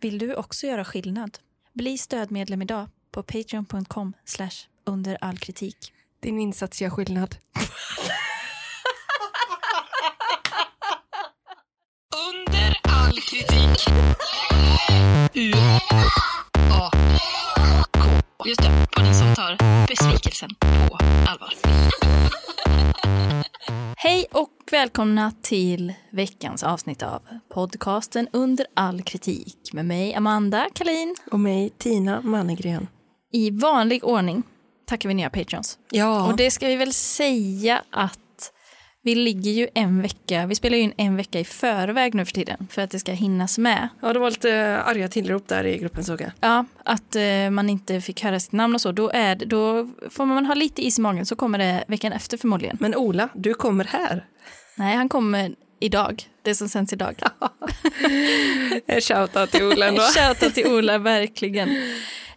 Vill du också göra skillnad? Bli stödmedlem idag på patreon.com under all kritik. Din insats gör skillnad. Under all kritik. U A K. Just det, på den som tar besvikelsen på allvar. Hej och välkomna till veckans avsnitt av podcasten Under all kritik med mig Amanda Kalin. Och mig, Tina Mannegren. I vanlig ordning tackar vi nya patreons. Ja, Och det ska vi väl säga att vi ligger ju en vecka, vi spelar ju in en vecka i förväg nu för tiden för att det ska hinnas med. ja, det var lite eh, arga tillrop där i gruppen såg jag. Ja, att eh, man inte fick höra sitt namn och så, då, är, det- då får man ha lite is i magen så kommer det veckan efter förmodligen. Men Ola, du kommer här. Nej, han kommer idag, det som sänds idag. En Eh, Shoutout till Ola ändå. Shoutout till Ola, verkligen.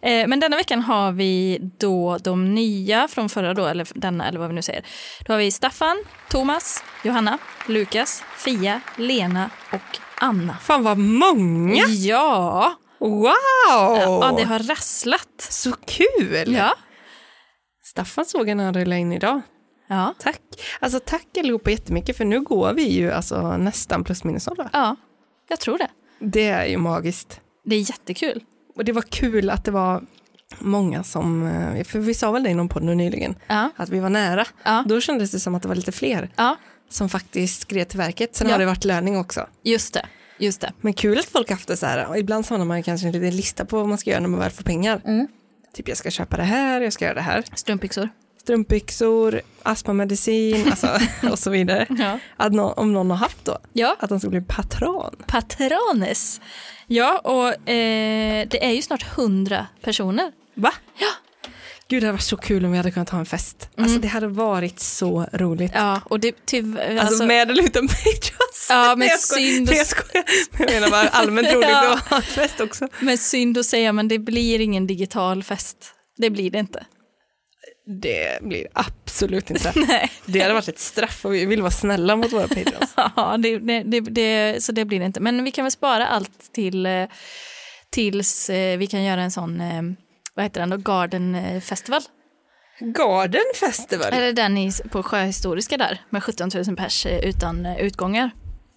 Eh, Men denna veckan har vi då de nya från förra då, eller denna eller vad vi nu säger. Då har vi Staffan, Thomas, Johanna, Lukas, Fia, Lena och Anna. Fan vad många! Ja! Wow! Ja, det har rasslat. Så kul! Ja. Staffan såg en andra in idag. Ja. Tack. Alltså tack allihopa jättemycket för nu går vi ju alltså nästan plus minus noll. va? ja, jag tror det. Det är ju magiskt. Det är jättekul. Och det var kul att det var många som, eh, för vi sa väl det i någon podd nu nyligen, Ja. att vi var nära. Ja. Då kändes det som att det var lite fler Ja, som faktiskt skrev till verket. Sen Ja. har det varit lärning också. just det. Just det. Men kul att folk haft det så här. Och ibland samlar man ju kanske en liten lista på vad man ska göra när man väl får pengar. Typ jag ska köpa det här, jag ska göra det här. Strumpbyxor. Strumpbyxor, astmamedicin alltså, och så vidare. Ja. Att nå- om någon har haft då, Ja. att de ska bli patron. Patrones. Ja, och eh, det är ju snart hundra personer. Va? Ja. Gud, det hade varit så kul om vi hade kunnat ha en fest. Alltså det hade varit så roligt. Ja, och det tyvärr... Alltså, med eller utan Patreons. Ja, men Nej, jag skojar. synd. Nej, jag skojar. Men Jag menar bara allmänt roligt Ja. att ha en fest också. Men synd att säga, men det blir ingen digital fest. Det blir det inte. Det blir absolut inte. Nej. Det hade varit ett straff och vi vill vara snälla mot våra Patreons. Ja, det, det, det, det, så det blir det inte. Men vi kan väl spara allt till, eh, tills eh, vi kan göra en sån, eh, vad heter den då, Garden eh, Festival. Garden Festival. Eller den i, på Sjöhistoriska där, med 17 000 pers eh, utan eh, utgångar.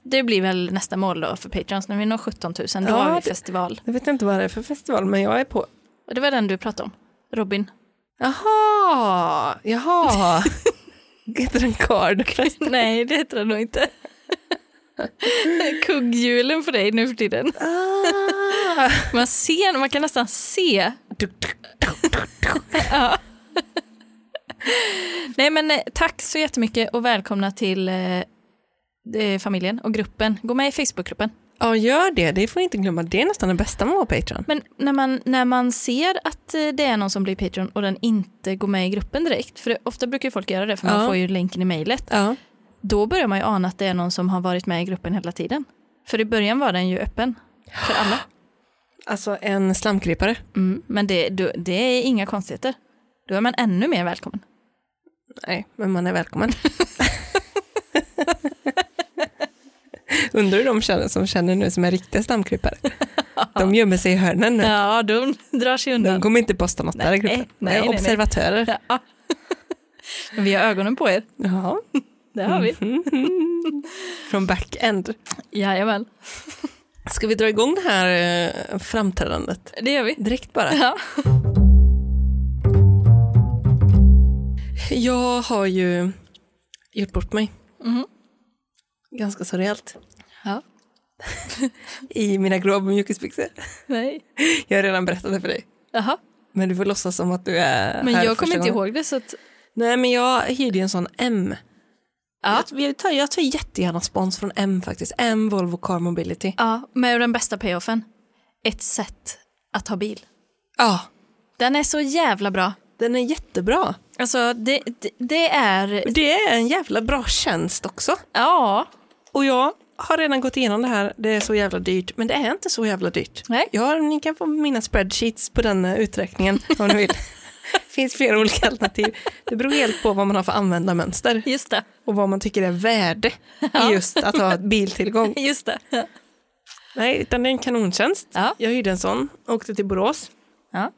Det blir väl nästa mål då för Patreons, när vi når 17 000, då Ja, har vi det- festival. Jag vet inte vad det är för festival, men jag är på. Och det var den du pratade om, Robin. Jaha, jaha. Heter den Garden Festival? Nej, det heter den nog inte. Kugghjulen för dig nu för tiden. Ah. Man ser, man kan nästan se. Nej men eh, tack så jättemycket och välkomna till eh, eh, familjen och gruppen. Gå med i Facebookgruppen. Ja, gör det. Det får ni inte glömma. Det är nästan det bästa med att vara Patreon. Men när man, när man ser att eh, det är någon som blir Patreon och den inte går med i gruppen direkt, för det, ofta brukar ju folk göra det för man Ja. får ju länken i mejlet, Ja. då börjar man ju ana att det är någon som har varit med i gruppen hela tiden. För i början var den ju öppen för alla. Alltså en slamkrypare. Mm, men det, du- det är inga konstigheter. Då är man ännu mer välkommen. Nej, men man är välkommen. Undrar hur de känner, som känner nu som är riktiga slamkrypare. De gömmer sig i hörnen nu. Ja, de drar sig De undan. kommer inte posta något där i gruppen. nej, nej, nej. Observatörer. Ja. Men vi har ögonen på er. Ja. Det har Mm. vi. Från back-end. Jajamän, Ska vi dra igång det här eh, framträdandet? det gör vi. Direkt bara. Ja. Jag har ju gjort bort mig. Ganska så rejält. Ja. I mina grå mjukisbyxor. Nej. Jag har redan berättat det för dig. Jaha. Men, Men du får låtsas som att du är jag här kommer första inte gången. ihåg det så att... Nej, men jag hyrde ju en sån M. Ja. Jag, jag, tar, jag tar jättegärna spons från M faktiskt. M Volvo Car Mobility. Ja, med den bästa payoffen. Ett sätt att ha bil. Ja, Den är så jävla bra. den är jättebra. Alltså det, det, det är... Det är en jävla bra tjänst också. Ja. Och jag har redan gått igenom det här, det är så jävla dyrt, men det är inte så jävla dyrt. Nej. Jag har, ni kan få mina spreadsheets på den eh, uträkningen om ni vill. finns flera olika alternativ. Det beror helt på vad man har för användarmönster Just det. och vad man tycker är värde i just att ha ett biltillgång. Just det. Nej, utan det är en kanontjänst. Ja. Jag hyrde en sån och åkte till Borås. Ja.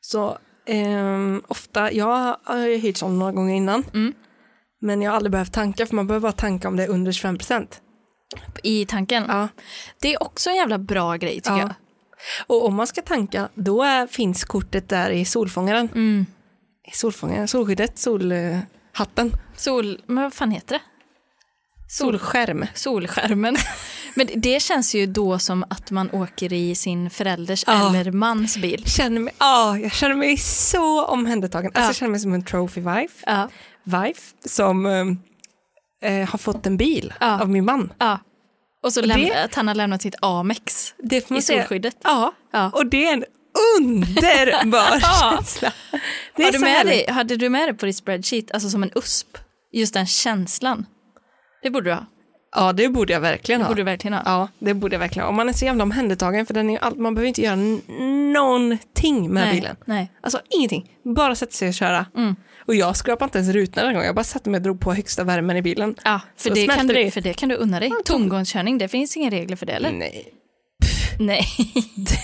Så ehm, ofta, jag har ju hyrt sån några gånger innan. Mm. Men jag har aldrig behövt tanka för man behöver bara tanka om det är under 25 procent. I tanken. Ja. Det är också en jävla bra grej tycker Ja. jag. Och om man ska tanka, då är, finns kortet där i solfångaren. Mm. I solfångaren, solskyddet, solhatten, Sol... Men vad fan heter det? Sol... solskärm. Solskärmen. Men det känns ju då som att man åker i sin förälders Ja. eller mans bil. Känner mig, ah, jag känner mig så omhändertagen. Alltså, Ja. Jag känner mig som en trophy wife, Ja. wife som ehm, eh, har fått en bil Ja. av min man. ja. Och så Det- lämna, att han har lämnat sitt Amex Det får man i säga. solskyddet. Ja, Ja. och det är en underbar Ja. känsla. Det är Har du så med härligt. dig, hade du med dig på ditt spreadsheet, alltså som en USP, just den känslan? Det borde du ha. Ja, det borde jag verkligen Det ha. borde du verkligen ha. Ja, det borde jag verkligen ha. Och man är så jävla omhändertagen för den är ju all... man behöver inte göra n- någonting med nej, bilen. Nej. Alltså ingenting, bara sätta sig och köra. Och jag skrapade inte ens rutorna den gången, jag bara satte mig och drog på högsta värmen i bilen. Ja, för Så det, kan smälter du, det. för det kan du unna dig. Tomgångskörning, det finns inga regler för det eller? Nej, Nej.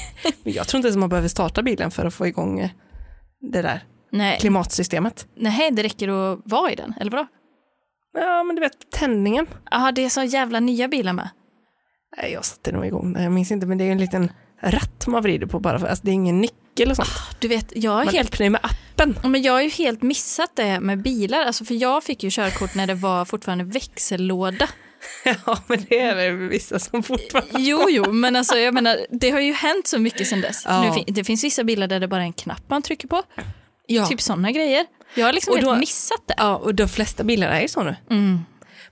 men jag tror inte ens man behöver starta bilen för att få igång eh, det där Nej. klimatsystemet. Nej, det räcker att vara i den, eller vadå? Ja, men du vet tändningen. Jaha, det är så jävla nya bilar med. Nej, jag satte nog igång den, jag minns inte, men det är ju en liten ratt man vrider på bara för, alltså det är ingen nyckel och sånt. Du vet, jag är man helt... öppnar ju med appen. Men jag har ju helt missat det med bilar, alltså för jag fick ju körkort när det var fortfarande växellåda. ja, men det är väl vissa som fortfarande... Jo, jo, men alltså, jag menar, det har ju hänt så mycket sedan dess. Ja. Nu, fin- det finns vissa bilar där det bara är en knapp man trycker på. Ja. Typ sådana grejer. Jag har liksom Och då- helt missat det. Ja, och de flesta bilar är ju så nu.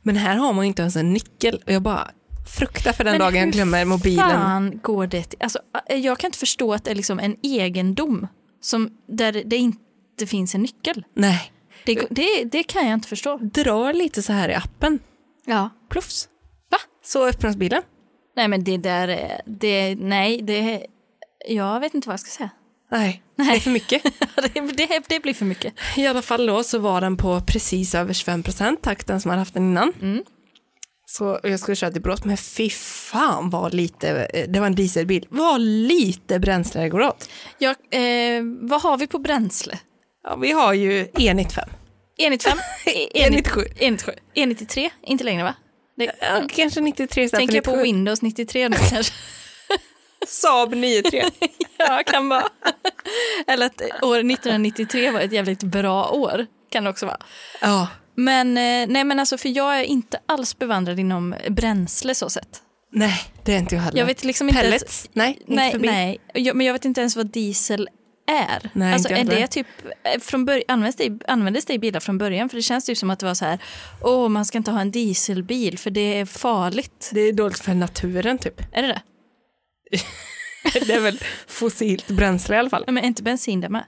Men här har man ju inte ens en nyckel och jag bara fruktar för den Men dagen jag hur glömmer mobilen. fan går det till? Alltså, jag kan inte förstå att det är liksom en egendom som, där det inte finns en nyckel. Nej, Det, går- det, det kan jag inte förstå. drar lite så här i appen. Ja. Plufs. Va? Så öppnas bilen. Nej, men det där, är- det, nej, det, jag vet inte vad jag ska säga. Nej, det är för mycket. det, det, det blir för mycket. I alla fall då så var den på precis över 25 procent, tack den som hade haft den innan. Mm. Så och jag skulle köra till Borås, men fy fan vad lite, eh, det var en dieselbil, vad lite bränsle det går åt. Jag, eh, vad har vi på bränsle? Ja, vi har ju E E95. Enligt fem? Enligt sju. Enligt sju. Enligt tre? Inte längre va? Det, Ja, kanske 93 istället Mm. Tänker jag på för 97. Windows 93 nu kanske? Saab 93. ja, kan vara. Eller att år 1993 var ett jävligt bra år. Kan det också vara. ja. Men, eh, nej, men alltså, för jag är inte alls bevandrad inom bränsle så sett. Nej, det är inte jag heller. Jag vet liksom inte ens- Pellets? Nej, inte Nej, förbi. nej. Jag, men jag vet inte ens vad diesel är. Nej, alltså, inte jag är det heller. typ, eh, från början, användes, det, i- användes det i bilar från början? För det känns typ som att det var så här, åh, man ska inte ha en dieselbil för det är farligt. Det är dåligt för naturen typ. Är det det? Det är väl fossilt bränsle i alla fall. Nej, men är inte bensin det med?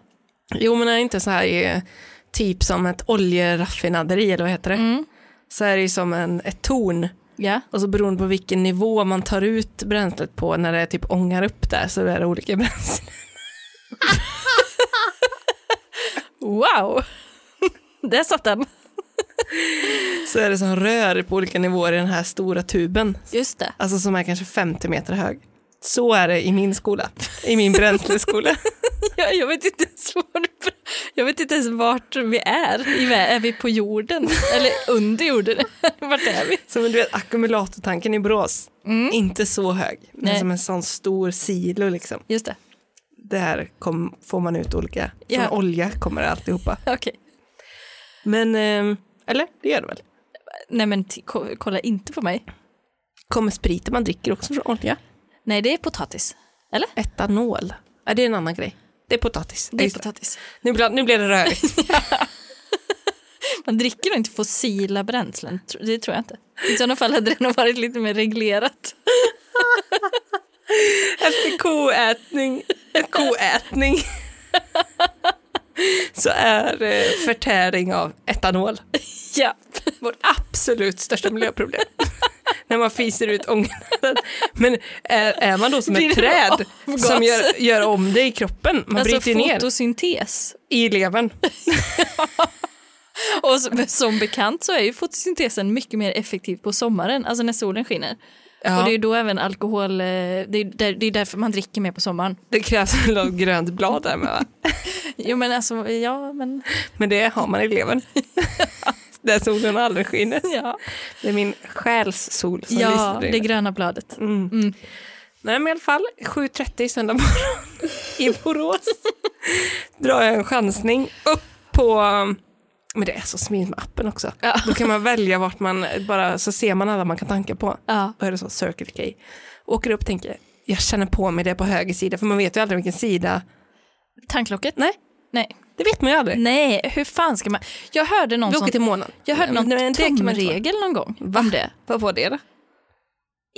Jo, men det är inte så här eh, typ som ett oljeraffinaderi eller vad heter det? Mm. Så är det ju som en, ett torn. Ja. Och så beroende på vilken nivå man tar ut bränslet på när det typ ångar upp där så är det olika bränslen. Wow! Där satt den. Så är det som rör på olika nivåer i den här stora tuben. Just det. Alltså som är kanske 50 meter hög. Så är det i min skola, i min bränsleskola. Jag, jag, vet inte ens var, jag vet inte ens vart vi är. I vä- Är vi på jorden? Eller under jorden? Vart är vi? Som du vet, ackumulatortanken i Borås, Mm, inte så hög, men Nej. som en sån stor silo liksom. Just det. Där kom, får man ut olika, från Ja. olja kommer det alltihopa. Okej. Men, ehm, eller det gör det väl. Nej, men t- ko- kolla inte på mig. Kommer spriten man dricker också från olja? Nej, det är potatis. Eller? Etanol, ja, det är en annan grej. Det är potatis. Det är Just potatis. Nu, blir, nu blir det rörigt. Man dricker nog inte fossila bränslen. Tro- Det tror jag inte. I sådana fall hade det nog varit lite mer reglerat. Efter koätning, koätning så är eh, förtäring av etanol Ja. vårt absolut största miljöproblem. När man fiser ut ångan. Men är, är man då som Blir ett det träd avgaser? som gör, gör om det i kroppen? Man Alltså bryter ner fotosyntes. i levern. Och som, som bekant så är ju fotosyntesen mycket mer effektiv på sommaren, alltså när solen skiner. Ja. Och det är ju då även alkohol, eh, det är, där, det är därför man dricker mer på sommaren. Det krävs något grönt blad där med va? Jo men alltså, ja men, Men det har man i levern. Där solen aldrig skiner. ja. Det är min själs sol som lyser Ja, där det inne. gröna bladet. Mm. Mm. Nej men i alla fall, 7.30 söndag morgon i Borås drar jag en chansning upp på, men det är så smidigt med appen också. Ja. Då kan man välja vart man, bara så ser man alla man kan tanka på. Ja. Vad är det så, Circle K. Åker upp tänker, jag känner på mig det på höger sida, för man vet ju aldrig vilken sida. Tanklocket? Nej, Nej. det vet man ju aldrig. Nej, hur fan ska man? Jag hörde någon Vi som, åker till månen. jag hörde någon Men det kan man inte vara. tumregel någon gång om det. Vad var det då?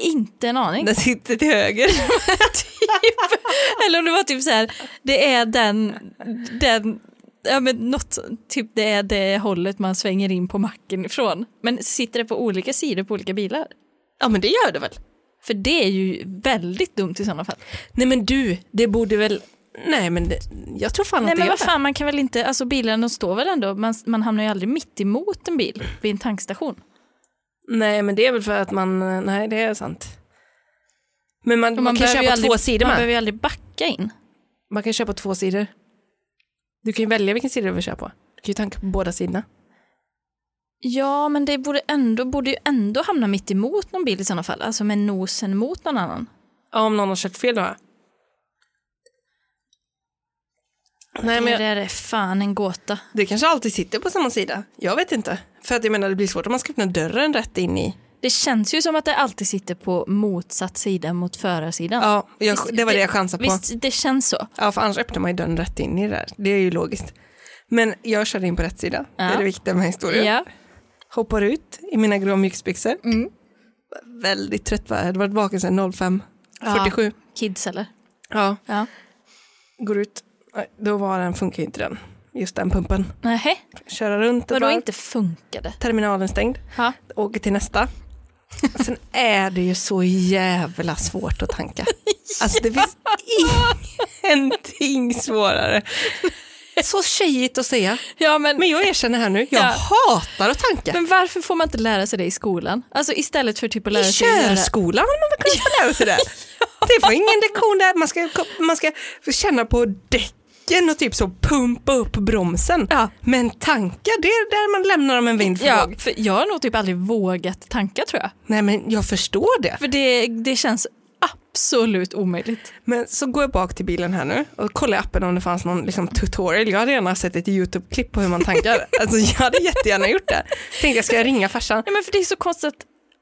Inte en aning. Den sitter till höger. Eller om det var typ så här, det är den, den, ja men något, typ det är det hållet man svänger in på macken ifrån. Men sitter det på olika sidor på olika bilar? ja men det gör det väl. För det är ju väldigt dumt i sådana fall. Nej men du, det borde väl, nej men det, jag tror fan Nej att det men gör vad det. fan, man kan väl inte, alltså bilen de står väl ändå, man, man hamnar ju aldrig mitt emot en bil vid en tankstation. Nej, men det är väl för att man... eh, Nej, det är sant. Men man, man, kan köpa ju aldrig, två sidor Man med. behöver ju aldrig backa in. Man kan köpa två sidor. Du kan ju välja vilken sida du vill köpa. Du kan ju tanka på båda sidorna. Ja, men det borde, ändå, borde ju ändå hamna mitt emot någon bil i sådana fall, alltså med nosen mot någon annan. Ja, om någon har köpt fel då. Nej, men det jag, där är fan en gåta. det kanske alltid sitter på samma sida. Jag vet inte. För att jag menar, det blir svårt om man ska öppna dörren rätt in i. Det känns ju som att det alltid sitter på motsatt sida mot förarsidan. Ja, jag, Visst, det var det jag chansade på. Visst, det känns så. Ja, för annars öppnar man ju dörren rätt in i det där. Det är ju logiskt. Men jag körde in på rätt sida. Det Ja. är det viktiga med historien. Ja. hoppar ut i mina grå mjukisbyxor. Mm. Väldigt trött var jag, hade varit vaken sedan 05, Ja. 47. Kids eller? Ja. Ja. Går ut, Nej, då var den, funkar ju inte den, just den pumpen. Nähä, Köra runt ett vadå varv. inte funkade? terminalen stängd, Ja. åker till nästa. Sen är det ju så jävla svårt att tanka. Alltså det finns ingenting svårare. Så tjejigt att säga, Ja, men, men jag erkänner här nu, jag Ja. hatar att tanka. men varför får man inte lära sig det i skolan? Alltså istället för typ att lära I sig... att göra- körskolan har man väl kunnat få lära sig det? Det var ingen lektion där, man ska, man ska känna på däcken och typ så pumpa upp bromsen. Ja. Men tankar, det är där man lämnar dem en vind för Ja, våg. för jag har nog typ aldrig vågat tanka tror jag. Nej men jag förstår det. För det, det känns absolut omöjligt. Men så går jag bak till bilen här nu och kollar i appen om det fanns någon liksom, tutorial. Jag hade gärna sett ett YouTube-klipp på hur man tankar. alltså jag hade jättegärna gjort det. Tänkte jag ska jag ringa farsan? Nej, men för det är så konstigt att,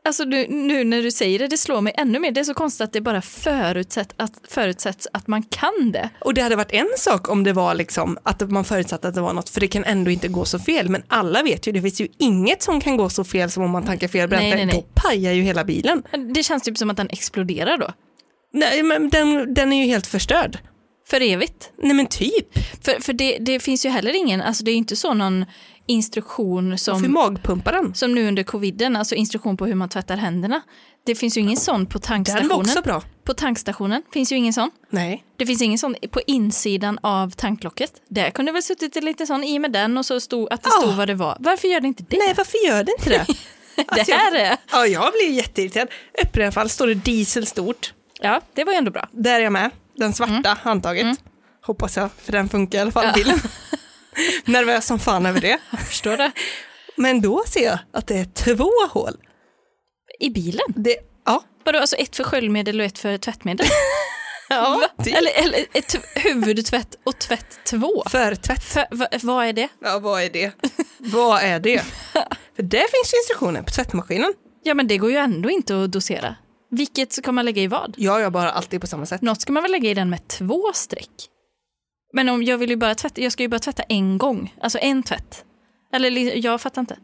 alltså nu, nu när du säger det, det slår mig ännu mer. Det är så konstigt att det bara förutsätt att, förutsätts att man kan det. Och det hade varit en sak om det var liksom att man förutsatte att det var något, för det kan ändå inte gå så fel. Men alla vet ju, det finns ju inget som kan gå så fel som om man tankar fel bränsle. Nej, nej, nej. Då pajar ju hela bilen. Det känns typ som att den exploderar då. Nej, men den, den är ju helt förstörd. För evigt. Nej men typ. För, för det, det finns ju heller ingen, alltså det är ju inte så någon instruktion För som, magpumpar den. som nu under coviden, alltså instruktion på hur man tvättar händerna. Det finns ju ingen sån på Den var tankstationen. också bra. På tankstationen finns ju ingen sån. Nej. Det finns ingen sån på insidan av tanklocket. Där kunde väl suttit en liten sån i med den och så stod att det Ja. stod vad det var. Varför gör det inte det? Nej, varför gör det inte det? det här är... Ja, jag blir jätteirriterad. Öppnar i alla fall, står det diesel stort. Ja, det var ju ändå bra. Där är jag med. Den svarta Mm. handtaget. Hoppas jag, för den funkar i alla fall. bilen. Nervös som fan över det. Jag förstår det. Men då ser jag att det är två hål. I bilen? Det, ja, Vadå, alltså ett för sköljmedel och ett för tvättmedel? ja eller, eller ett huvudtvätt och tvätt två? Förtvätt. För, va, vad är det? Ja, vad är det? vad är det? För där finns ju instruktioner på tvättmaskinen. Ja, men det går ju ändå inte att dosera. Vilket ska man lägga i vad? Jag gör bara alltid på samma sätt. Något ska man väl lägga i den med två streck? Men om jag vill ju bara tvätta, jag ska ju bara tvätta en gång, alltså en tvätt. Eller li- jag fattar inte.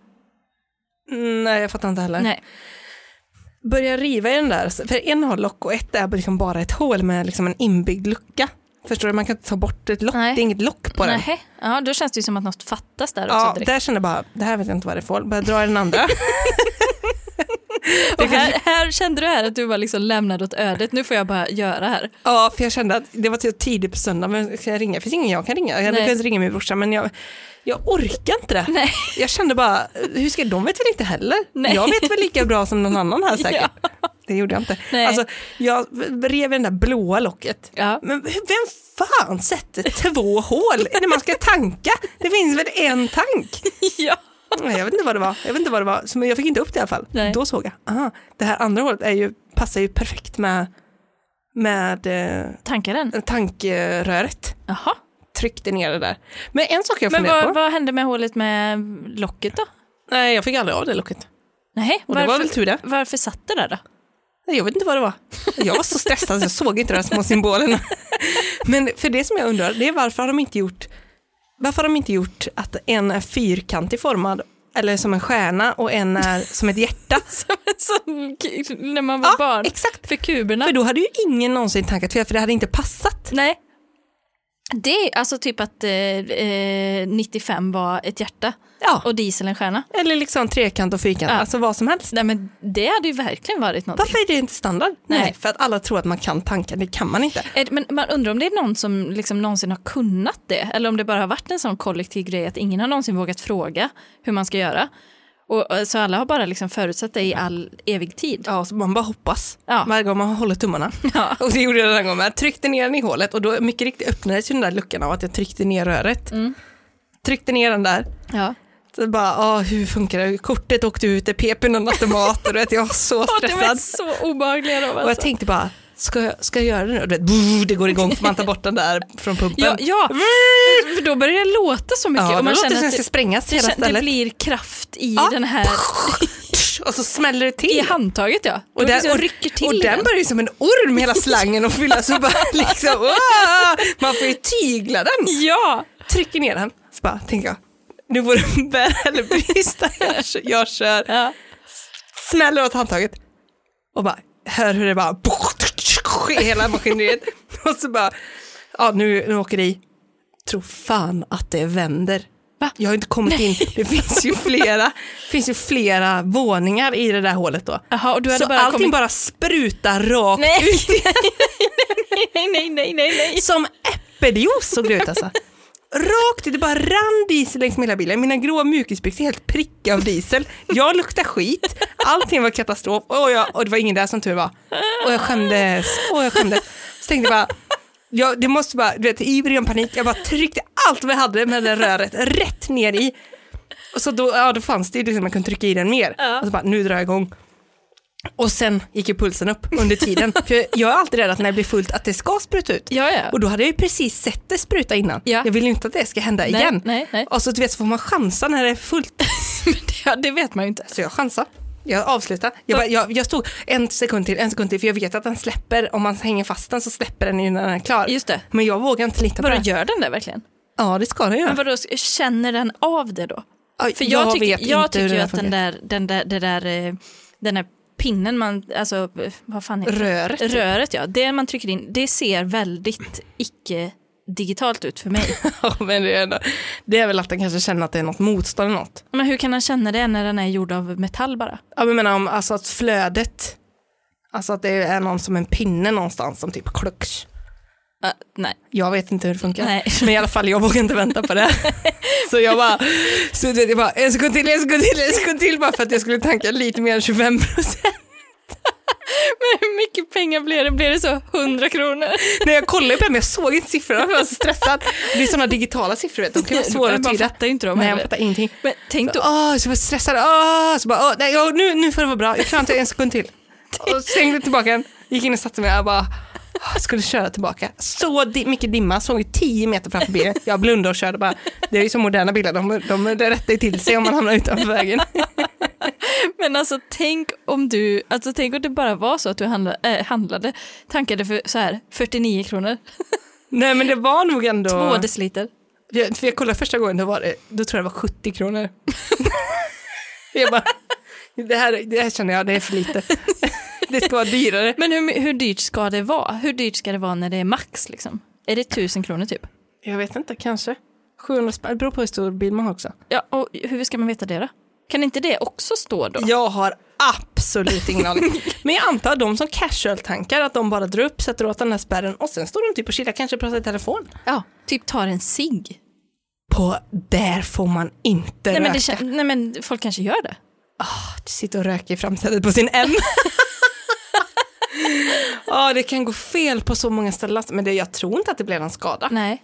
Mm, Nej, jag fattar inte heller. Nej. Börjar riva i den där, för en har lock och ett är liksom bara ett hål med liksom en inbyggd lucka. Förstår du? Man kan inte ta bort ett lock, Nej. det är inget lock på den. Nähä. Ja, då känns det ju som att något fattas där också Ja, direkt. där kände jag bara, det här vet jag inte vad det får. Börjar dra i den andra. Och här, här kände du här att du var liksom lämnad åt ödet, nu får jag bara göra här. Ja, för jag kände att det var till tidigt på söndag, men ska jag ringa? Det finns ingen jag kan ringa. Jag Nej. lyckades ringa min brorsa, men jag, jag orkar inte det. Nej. Jag kände bara, hur ska de vet väl inte heller? Nej. Jag vet väl lika bra som någon annan här säkert. det gjorde jag inte. Nej. Alltså, jag rev i det där blåa locket. Ja. Men vem fan sätter två hål när man ska tanka? Det finns väl en tank? ja. Nej, Jag vet inte vad det var, jag vet inte vad det var, Så, men jag fick inte upp det i alla fall. Nej. Då såg jag, aha, det här andra hålet är ju, passar ju perfekt med, med eh, Tankar den? tankröret. Jaha. Tryckte ner det där. Men en sak jag Men funderar på, vad, vad hände med hålet med locket då? nej jag fick aldrig av det locket. Nej, Och det var varför, väl tur det. varför satt det där då? Nej, Jag vet inte vad det var. Jag var så stressad så jag såg inte de här små symbolerna. Men för det som jag undrar, det är varför har de inte gjort, varför har de inte gjort att en är fyrkantig formad, eller som en stjärna och en är som ett hjärta? Som k- när man var Ja, barn. exakt. För kuberna. För då hade ju ingen någonsin tankat fel, för det hade inte passat. Nej. Det är alltså typ att eh, eh, 95 var ett hjärta Ja. och diesel en stjärna. Eller liksom trekant och fyrkant, Ja. alltså vad som helst. Nej men det hade ju verkligen varit någonting. Varför är det inte standard? Nej. för att alla tror att man kan tanka, det kan man inte. Är det- Men man undrar om det är någon som liksom någonsin har kunnat det eller om det bara har varit en sån kollektiv grej att ingen har någonsin vågat fråga hur man ska göra. Och, och, så alla har bara liksom förutsatt det i all evig tid. Ja, så man bara hoppas Ja. varje gång man håller tummarna. Ja. Och det gjorde jag den här gången med. Jag Tryckte ner den i hålet och då mycket riktigt öppnades ju den där luckan av att jag tryckte ner röret. Mm. Tryckte ner den där. Ja. Så bara, ah, hur funkar det? Kortet åkte ut, det pep ur någon automat och du vet, jag var så Åh, det var stressad. så obehagliga de Och jag alltså. tänkte bara, ska jag, ska jag göra det nu? Och Du vet, brr, det går igång för man tar bort den där från pumpen. Ja, ja. För- för då börjar Mm. det låta så mycket. Ja, och det man låter som känner att att det ska det, sprängas det, hela kän- det stället. blir kraft i Ja. den här, Och så smäller det till. i handtaget ja. Och, där- där, och rycker till och i den den. börjar ju som en orm hela slangen och fylla så bara liksom, "Åh!" man får ju tygla den. Ja, trycker ner den. Så bara tänker jag, nu får det bära eller brista. Jag kör, jag kör. ja. smäller åt handtaget och bara hör hur det bara i hela maskineriet. Och så bara, ja nu, nu åker det i. Tror fan att det vänder. Va? Jag har inte kommit in, det finns ju flera, finns ju flera våningar i det där hålet då. Jaha, och du hade Så bara allting kommit... bara sprutar rakt Nej. ut. Nej, nej, nej, nej, nej. Som äppeljuice såg det ut alltså. Rakt ut, det bara rann diesel längs med hela bilen. Mina gråa mjukisbyxor är helt pricka av diesel. Jag luktar skit. Allting var katastrof. Och, jag, och det var ingen där som tur var. Och jag skämdes. Och jag skämdes. Så tänkte jag bara, jag, det måste bara, du vet, i ren panik, jag bara tryckte allt vad jag hade med det röret rätt ner i. Och så då, ja, då fanns det ju liksom, man kunde trycka i den mer. Och så bara, nu drar jag igång. Och sen gick ju pulsen upp under tiden. För jag, jag är alltid rädd att när det blir fullt att det ska spruta ut. Ja, ja. Och då hade jag ju precis sett det spruta innan. Ja. Jag vill ju inte att det ska hända igen. nej, nej. Och så, du vet, så får man chansa när det är fullt. Ja, det vet man ju inte. Så jag chansade. Jag avslutade. Jag, bara, jag, jag stod en sekund till, en sekund till, för jag vet att den släpper. Om man hänger fast den så släpper den innan den är klar. Just det. Men jag vågar inte lita på Vadå, det. gör den det verkligen? Ja, det ska den göra. Men vadå, känner den av det då? Ja, För jag, tycker, vet jag inte hur tycker ju det att den fungerar. där, den där, det där, eh, den där pinnen man, alltså eh, vad fan heter Röret. det? Röret typ. ja, det man trycker in, det ser väldigt icke digitalt ut för mig. Ja, men det, är ändå, det är väl att den kanske känner att det är något motstånd eller något. Men hur kan han känna det när den är gjord av metall bara? Ja, men jag menar om alltså att flödet, alltså att det är någon som en pinne någonstans som typ klucks. Äh, nej. Jag vet inte hur det funkar. Nej. Men i alla fall, jag vågar inte vänta på det. Så jag bara, så du vet, jag bara, en sekund till, en sekund till, en sekund till, bara för att jag skulle tanka lite mer än 25 procent. Men hur mycket pengar blir det? Blir det så 100 kronor? När jag kollade på det, men jag såg inte siffrorna, för jag var så stressad. Det är sådana digitala siffror, vet du, de kan vara svåra att Man tyda. fattar ju inte dem Nej, jag heller. fattar ingenting. Men tänk då, Åh, så jag var stressad. Åh, så bara, åh, nej, åh, nu, nu får det vara bra. Jag klarar inte en sekund till. Och slängde tillbaka den. Gick in och satte mig. Jag bara åh, skulle köra tillbaka. Så di- mycket dimma. Såg ju 10 meter framför bilen. Jag blundade och körde bara. Det är ju som moderna bilar. De, de rättar ju till sig om man hamnar utanför vägen. men alltså tänk om du, alltså tänk om det bara var så att du handla, eh, handlade, tankade för så här 49 kronor, Nej, men det var nog ändå... två deciliter. Jag, för jag kollade första gången, då, var det, då tror jag det var 70 kronor. jag bara, det här, det här känner jag, det är för lite. det ska vara dyrare. Men hur, hur dyrt ska det vara? Hur dyrt ska det vara när det är max liksom? Är det 1000 kronor typ? Jag vet inte, kanske. 700 spänn, det beror på hur stor bil man har också. Ja, och hur ska man veta det då? Kan inte det också stå då? Jag har absolut ingen aning. Men jag antar de som casual-tankar, att de bara drar upp, sätter åt den här spärren och sen står de typ och chillar, kanske pratar i telefon. Ja. Typ tar en cigg. På där får man inte Nej men, röka. det, kän- nej men folk kanske gör det. Sitter och röker i framsätet på sin M. Ja, det kan gå fel på så många ställen. Men det, jag tror inte att det blev en skada. Nej.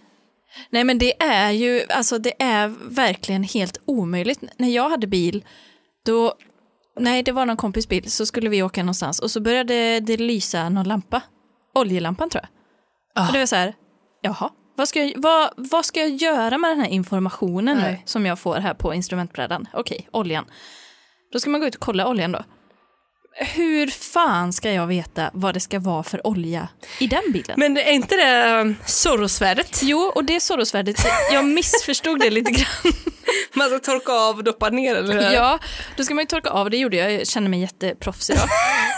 Nej men det är ju, alltså det är verkligen helt omöjligt. När jag hade bil, då, nej det var någon kompis bil, så skulle vi åka någonstans och så började det lysa någon lampa. Oljelampan tror jag. Ah. Och det var så här, jaha, vad ska jag, vad, vad ska jag göra med den här informationen nu Nej. som jag får här på instrumentbrädan? Okej, oljan. Då ska man gå ut och kolla oljan då. Hur fan ska jag veta vad det ska vara för olja i den bilen? Men det- är inte det um, Sorosvärdet? Jo, och det Sorosvärdet, jag missförstod det lite grann. Man ska torka av och doppa ner eller? Ja, då ska man ju torka av, det gjorde jag, jag känner mig jätteproffs idag.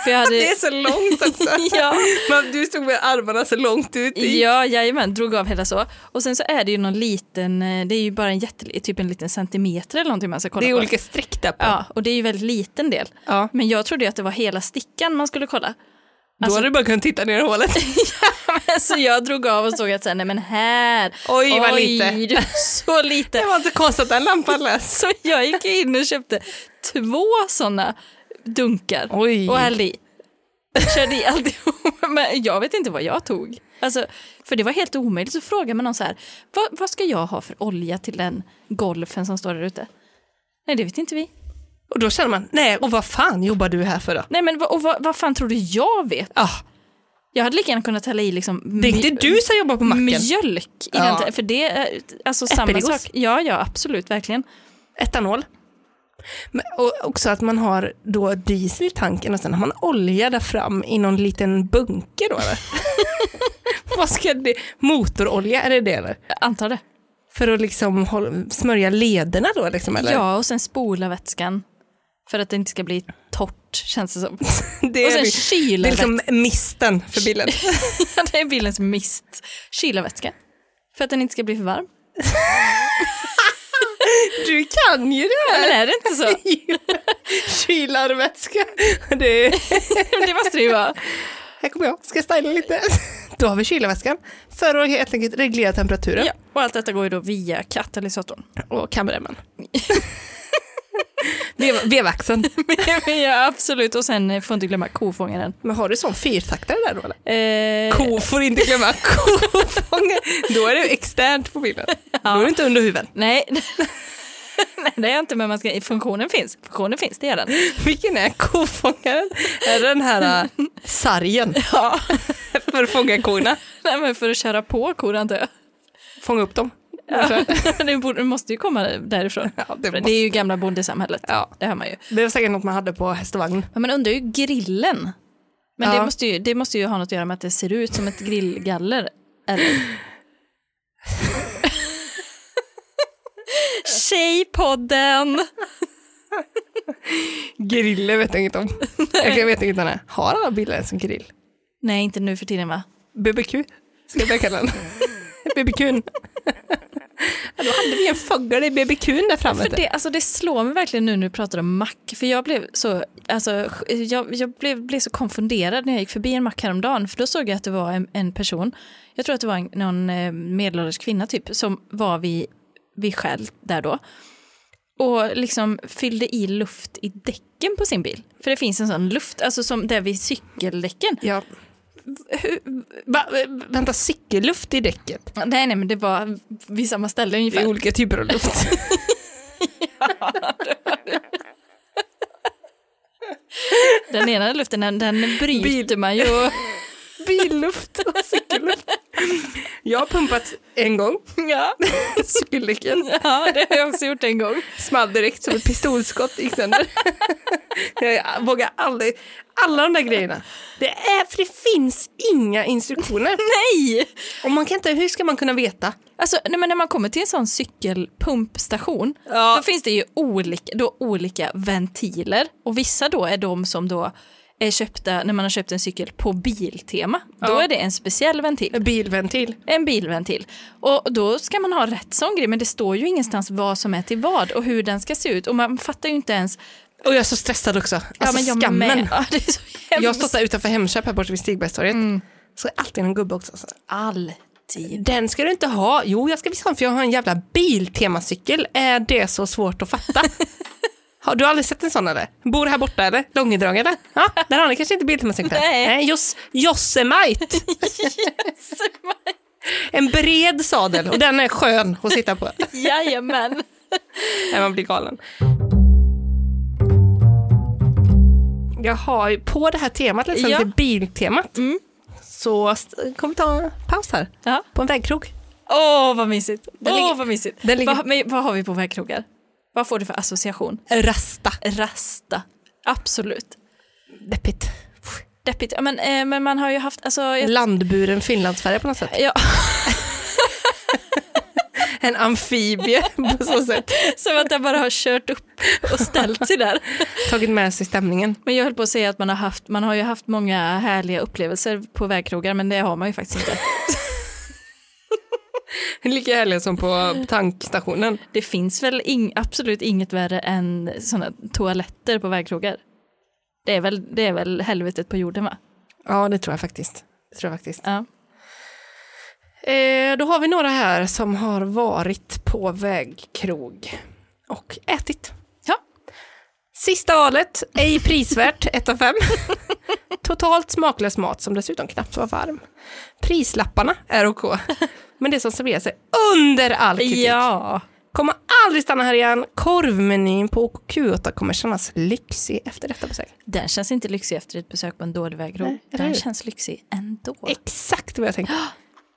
För jag hade, Det är så långt också. Ja. Men du stod med armarna så långt ut. I. Ja, jajamän, drog av hela så. Och sen så är det ju någon liten, eh, det är ju bara en jätte, typ en liten centimeter eller någonting man ska kolla Det är på. olika streck där på. Ja, och det är ju väldigt liten del. Ja. Men jag trodde ju att det var hela stickan man skulle kolla. Då hade du bara kunnat titta ner i hålet. Så jag drog av och såg att så här, nej men här, Oj, vad lite. det är så lite. Det var inte konstigt att den lampan lös. Så jag gick in och köpte två sådana dunkar Oj. och hällde i. Körde i alltihop. Men jag vet inte vad jag tog. Alltså, för det var helt omöjligt. Så frågade man någon så här, vad, vad ska jag ha för olja till den golfen som står där ute? Nej, det vet inte vi. Och då känner man, nej, och vad fan jobbar du här för då? Nej, men vad- och vad, vad fan tror du jag vet? Ja, Jag hade lika gärna kunnat hälla i liksom det är inte du som jobbar på macken. mjölk i Ja. den, för det är alltså samma Äppeljuice. sak. Ja, ja, absolut, verkligen. Etanol. Men, och också att man har då diesel i tanken och sen har man olja där fram i någon liten bunker då eller? Vad ska det, motorolja, är det det eller? Jag antar det. För att liksom hålla, smörja lederna då liksom eller? Ja, och sen spola vätskan. För att det inte ska bli torrt, känns det som. det och sen är, det kyla är liksom misten för bilen. vätskan. det är bilens mist. Kyla vätskan. För att den inte ska bli för varm. Du kan ju det Men här! är det inte så? Kylar vätska. Det är... det måste det ju vara. Här kommer jag, ska styla lite. Då har vi kylarväskan för att helt enkelt reglera temperaturen. Ja. Och allt detta går ju då via katalysatorn. Och kameraman. Vev- Vevaxeln. ja, absolut. Och sen eh, får inte glömma kofångaren. Men har du sån fyrtaktare där då eller? Eh, Ko får inte glömma kofångare. Då är det externt på bilen. Då är det inte under huven. Nej. Nej, det är jag inte, men man ska, funktionen finns. Funktionen finns, det är den. Vilken är kofångaren? Är det den här äh, sargen? Ja. för att fånga korna. Nej, men för att köra på kor, antar jag. Fånga upp dem. det borde- måste ju komma därifrån. Ja, För det det måste- är ju gamla bondesamhället. Ja. Det hör man ju. Det var säkert något man hade på häst och vagn. Men man undrar ju grillen. Men Ja. det, måste ju, det måste ju ha något att göra med att det ser ut som ett grillgaller. Eller? Tjejpodden! Griller vet jag inget om. Jag vet inget om det. Har alla bilar ens en grill? Nej, inte nu för tiden va? BBQ ska jag kalla den. BBQn. Ja, då hade vi en fågel i BBQn där framme. För det, alltså det slår mig verkligen nu när du pratar om mack. För jag blev så, alltså, jag, jag blev, blev så konfunderad när jag gick förbi en mack häromdagen. För då såg jag att det var en, en person, jag tror att det var en, någon eh, medelålders kvinna typ, som var vid, vid skäl där då. Och liksom fyllde i luft i däcken på sin bil. För det finns en sån luft, alltså som där vid cykeldäcken. Ja. Va, vänta, cykelluft i däcket? Nej, nej, men det var vid samma ställe Det är ungefär. olika typer av luft. Den ena luften, den, den bryter man ju. Billuft och cykelluft. Jag har pumpat en gång, Ja. cykeldäcken. ja, det har jag också gjort en gång. Small direkt som ett pistolskott gick sönder. Jag vågar aldrig. Alla de där grejerna. Det är, för det finns inga instruktioner. Nej! Och man kan inte, hur ska man kunna veta? Alltså nej, men när man kommer till en sån cykelpumpstation Ja. då finns det ju olika, då olika ventiler och vissa då är de som då är köpta när man har köpt en cykel på Biltema. Då Ja. är det en speciell ventil, Bilventil. en bilventil. Och då ska man ha rätt sån grej men det står ju ingenstans vad som är till vad och hur den ska se ut och man fattar ju inte ens. Och jag är så stressad också. Alltså jag skammen. med. Ja, det är så Jag har hemskt. stått där utanför Hemköp här borta vid Stigbergstorget. Så är alltid någon gubbe också. alltså. Så, Alltid. den ska du inte ha. Jo, jag ska visa honom för jag har en jävla Biltemacykel. Är det så svårt att fatta? Har du aldrig sett en sån eller? Bor här borta eller? Långedrag eller? Ja, där har ni kanske inte biltematiken. Nej. Nej Jos- Josemite. En bred sadel och den är skön att sitta på. Jajamän. Nej, man blir galen. Jag har ju på det här temat, liksom, Ja. Mm. det biltemat, så st- kommer vi ta en paus här Ja. på en vägkrog. Åh, vad mysigt. Åh, Den ligger- vad mysigt. den ligger- Vad, men, vad har vi på vägkrogar? Vad får du för association? Rasta. Rasta. Absolut. Deppigt. Deppigt. Ja, men, eh, men man har ju haft... Alltså, jag, Landburen finlandsfärja på något sätt. ja, En amfibie på så sätt. som att jag bara har kört upp och ställt sig där. Tagit med sig stämningen. Men jag höll på att säga att man har, haft, man har ju haft många härliga upplevelser på vägkrogar, men det har man ju faktiskt inte. Lika härliga som på tankstationen. Det finns väl ing, absolut inget värre än sådana toaletter på vägkrogar. Det är, väl, det är väl helvetet på jorden, va? Ja, det tror jag faktiskt. Det tror jag faktiskt. Ja. Eh, då har vi några här som har varit på vägkrog och ätit. Ja. Sista valet, ej prisvärt, 1 av 5. Totalt smaklös mat som dessutom knappt var varm. Prislapparna är okej, men det som serveras är under all kritik. ja. Kommer aldrig stanna här igen. Korvmenyn på OKQ8 kommer kännas lyxig efter detta besök. Den känns inte lyxig efter ett besök på en dålig vägrå. eller Den hur? känns lyxig ändå. Exakt vad jag tänkte.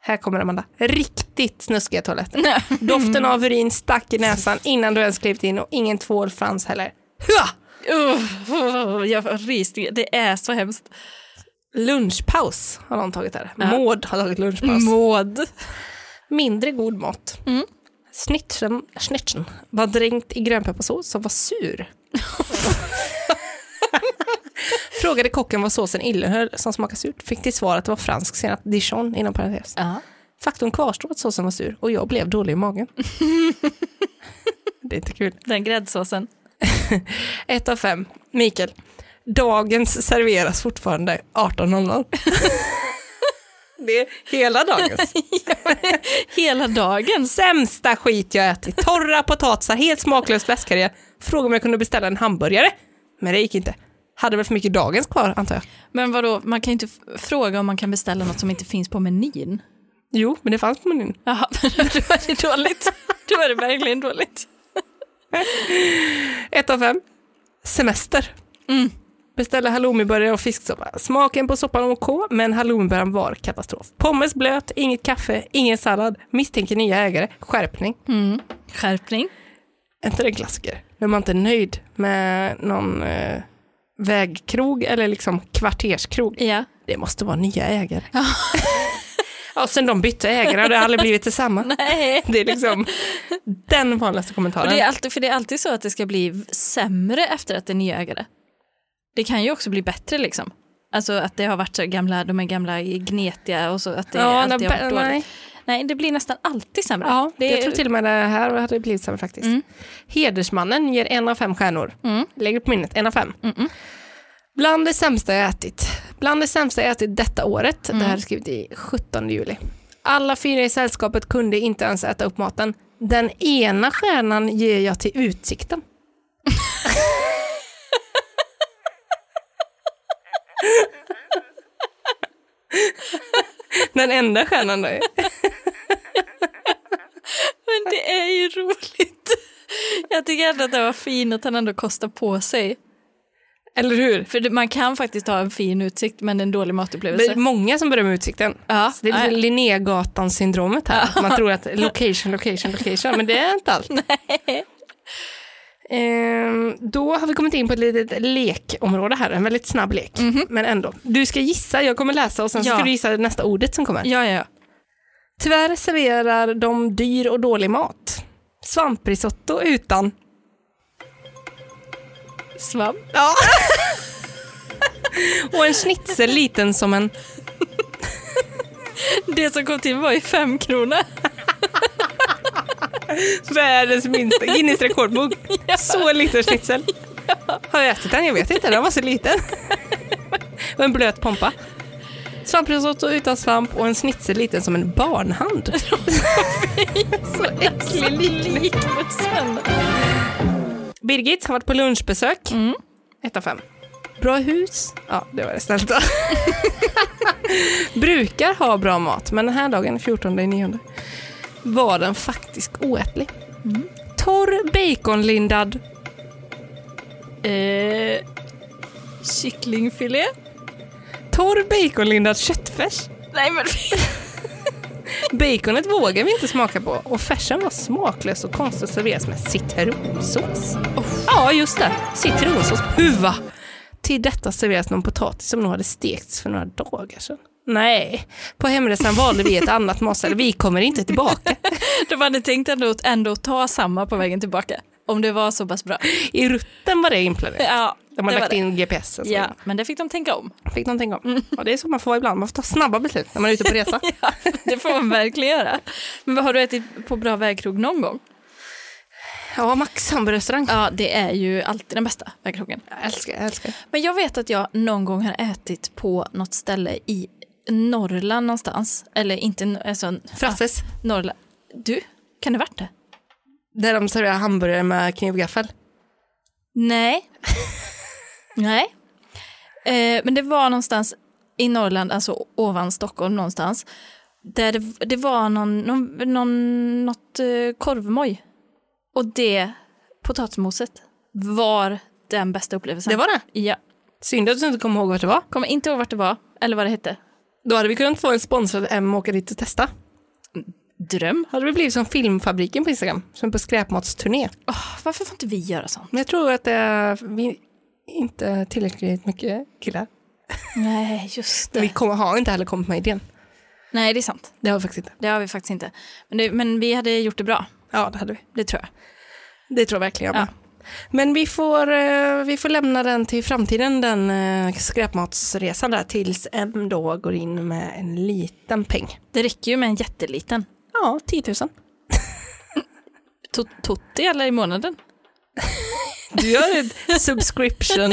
Här kommer Amanda. Riktigt snuskiga toaletter. Doften av urin stack i näsan innan du ens klivit in och ingen tvål fanns heller. Hua! Uff, uff, jag får rysningar. Det är så hemskt. Lunchpaus har någon tagit där. Maud har tagit lunchpaus. Maud. Mindre god mat. Mm. Snitchen, snitchen var dränkt i grönpepparsås som var sur. Frågade kocken vad såsen innehöll som smakade surt. Fick till svar att det var fransk senap dijon inom parentes. Ja. Faktum kvarstår att såsen var sur och jag blev dålig i magen. det är inte kul. Den gräddsåsen. Ett av fem. Mikael. Dagens serveras fortfarande 18.00. det är hela dagens. Hela dagen. Sämsta skit jag ätit. Torra potatisar, helt smaklös fläskkarré. Frågade om jag kunde beställa en hamburgare. Men det gick inte. Hade väl för mycket dagens kvar antar jag. Men vadå, man kan ju inte f- fråga om man kan beställa något som inte finns på menyn. Jo, men det fanns på menyn. Jaha, men då är det dåligt. Då är det verkligen dåligt. Ett av fem. Semester. Beställa halloumiburgare och fisksoppa. Smaken på soppan var OK, men halloumiburgaren var katastrof. Pommes blöt, inget kaffe, ingen sallad. Misstänker nya ägare. Skärpning. Skärpning. Är inte det en klassiker? När man inte är nöjd med någon eh, vägkrog eller liksom kvarterskrog. Ja. Det måste vara nya ägare. ja, sen de bytte ägare har det aldrig blivit detsamma. Nej. Det är liksom den vanligaste Och kommentaren. det är alltid, för det är alltid så att det ska bli v- sämre efter att det är nya ägare. Det kan ju också bli bättre liksom. Alltså att det har varit så gamla, de är gamla gnetiga och så att det Ja, alltid har nej, varit nej. dåligt. Nej. det blir nästan alltid sämre. Ja, det jag tror till och med det här hade blivit sämre faktiskt. Hedersmannen ger en av fem stjärnor. Lägger på minnet, en av fem. Bland det sämsta jag ätit. Bland det sämsta jag ätit detta året. Det här är skrivet i 17 juli. Alla fyra i sällskapet kunde inte ens äta upp maten. Den ena stjärnan ger jag till utsikten. Den enda stjärnan då. Men det är ju roligt. Jag tycker ändå att det var fint att han ändå kostar på sig. Eller hur? För det- man kan faktiskt ha en fin utsikt men en dålig Det matupplevelse. är många som berömmer utsikten. Ja, Så det är nej. lite Linnégatan-syndromet här. att Man tror att location, location, location, men det är inte allt. Ehm, då har vi kommit in på ett litet lekområde här, en väldigt snabb lek. Men ändå. Du ska gissa, jag kommer läsa och sen Mhm. Ja. ska du gissa nästa ordet som kommer. Ja, ja, ja. Tyvärr serverar de dyr och dålig mat. Svamprisotto utan. Svamp. Ja. och en schnitzel liten som en. Det som kom till var ju fem kronor. Världens minsta, Guinness rekordbok. Så liten schnitzel. Har jag ätit den? Jag vet inte, den var så liten. Och en blöt pompa. Svamprisotto utan svamp och en schnitzel liten som en barnhand. så äcklig liknelse. Sen. Birgit har varit på lunchbesök. Mm. Ett av fem. Bra hus. Ja, det var det snällt då. Brukar ha bra mat, men den här dagen, 14 i nionde, var den faktiskt oätlig. Torr baconlindad. Eh, kycklingfilé? Torr baconlindad köttfärs. Nej men Baconet vågar vi inte smaka på och färsen var smaklös och konstigt serveras med citronsås. Ja, just det. Citronsås på huva. Till detta serveras någon potatis som nog hade stekts för några dagar sedan. Nej, på hemresan valde vi ett annat matställe. Vi kommer inte tillbaka. de hade tänkt ändå, ändå ta samma på vägen tillbaka. Om det var så pass bra. I rutten var det inplanerat. Ja, De har det var lagt det. in GPSen. så Ja, men det fick de tänka om. Fick någon tänka om. Ja, det är så man får vara ibland. Man får ta snabba beslut när man är ute på resa. Ja, det får man verkligen göra. Men vad har du ätit på bra vägkrog någon gång? Ja, Max hamburgerrestaurang. Ja, det är ju alltid den bästa vägkrogen. Jag älskar, jag älskar. Men jag vet att jag någon gång har ätit på något ställe i Norrland någonstans. Eller inte, alltså, Frasses. Ja, Norrland. Du, kan det varit det? Där de serverar hamburgare med kniv och gaffel. Nej. Nej. Eh, men det var någonstans i Norrland, alltså ovan Stockholm någonstans. Där det, det var någon, någon, någon, något eh, korvmoj. Och det potatismoset var den bästa upplevelsen. Det var det. Ja. Synd att du inte kommer ihåg vart det var. Kommer inte ihåg vart det var, eller vad det hette. Då hade vi kunnat få en sponsrad M och åka dit och testa. Dröm. Hade vi blivit som Filmfabriken på Instagram, som är på skräpmatsturné. Åh, varför får inte vi göra sånt? Men jag tror att det är vi inte är tillräckligt mycket killar. Nej, just Vi kommer, har inte heller kommit med idén. Nej, det är sant. Det har vi faktiskt inte. Det har vi faktiskt inte. Men, det, men vi hade gjort det bra, Ja, det hade vi. det tror jag. Det tror jag verkligen jag Ja. med. Men vi får, eh, vi får lämna den till framtiden, den eh, skräpmatsresan där, tills M då går in med en liten peng. Det räcker ju med en jätteliten. Ja, 10 000. To- Totti eller i månaden? Du gör en subscription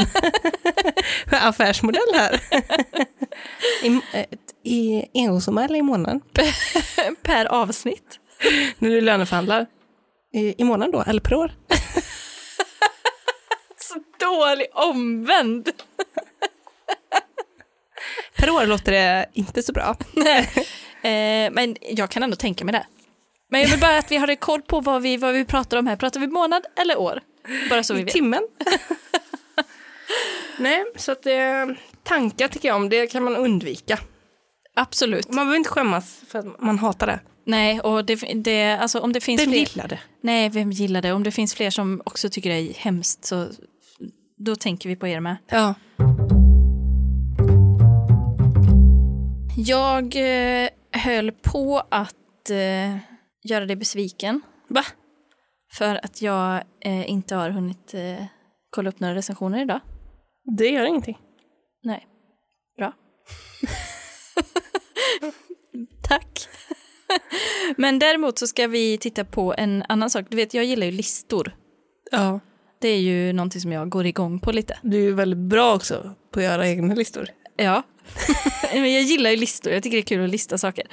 affärsmodell här. I, eh, i engångssumma eller i månaden? Per avsnitt. När du löneförhandlar? I, i månaden då, eller per år? Så dålig omvänd! Per år låter det inte så bra. Eh, men jag kan ändå tänka mig det. Men jag vill bara att vi har koll på vad vi, vad vi pratar om här. Pratar vi månad eller år? Bara så vi I vet. timmen? Nej, så att eh, tankar tycker jag om, det kan man undvika. Absolut. Man behöver inte skämmas för att man hatar det. Nej, och det, det, alltså, om det finns Vem fler... gillar det? Nej, vem gillar det? Om det finns fler som också tycker det är hemskt så då tänker vi på er med. Ja. Jag eh, höll på att eh, göra dig besviken. Va? För att jag eh, inte har hunnit eh, kolla upp några recensioner idag. Det gör ingenting. Nej. Bra. Tack. Men däremot så ska vi titta på en annan sak. Du vet, jag gillar ju listor. Ja. Det är ju någonting som jag går igång på lite. Du är väldigt bra också på att göra egna listor. Ja. Men jag gillar ju listor. Jag tycker det är kul att lista saker.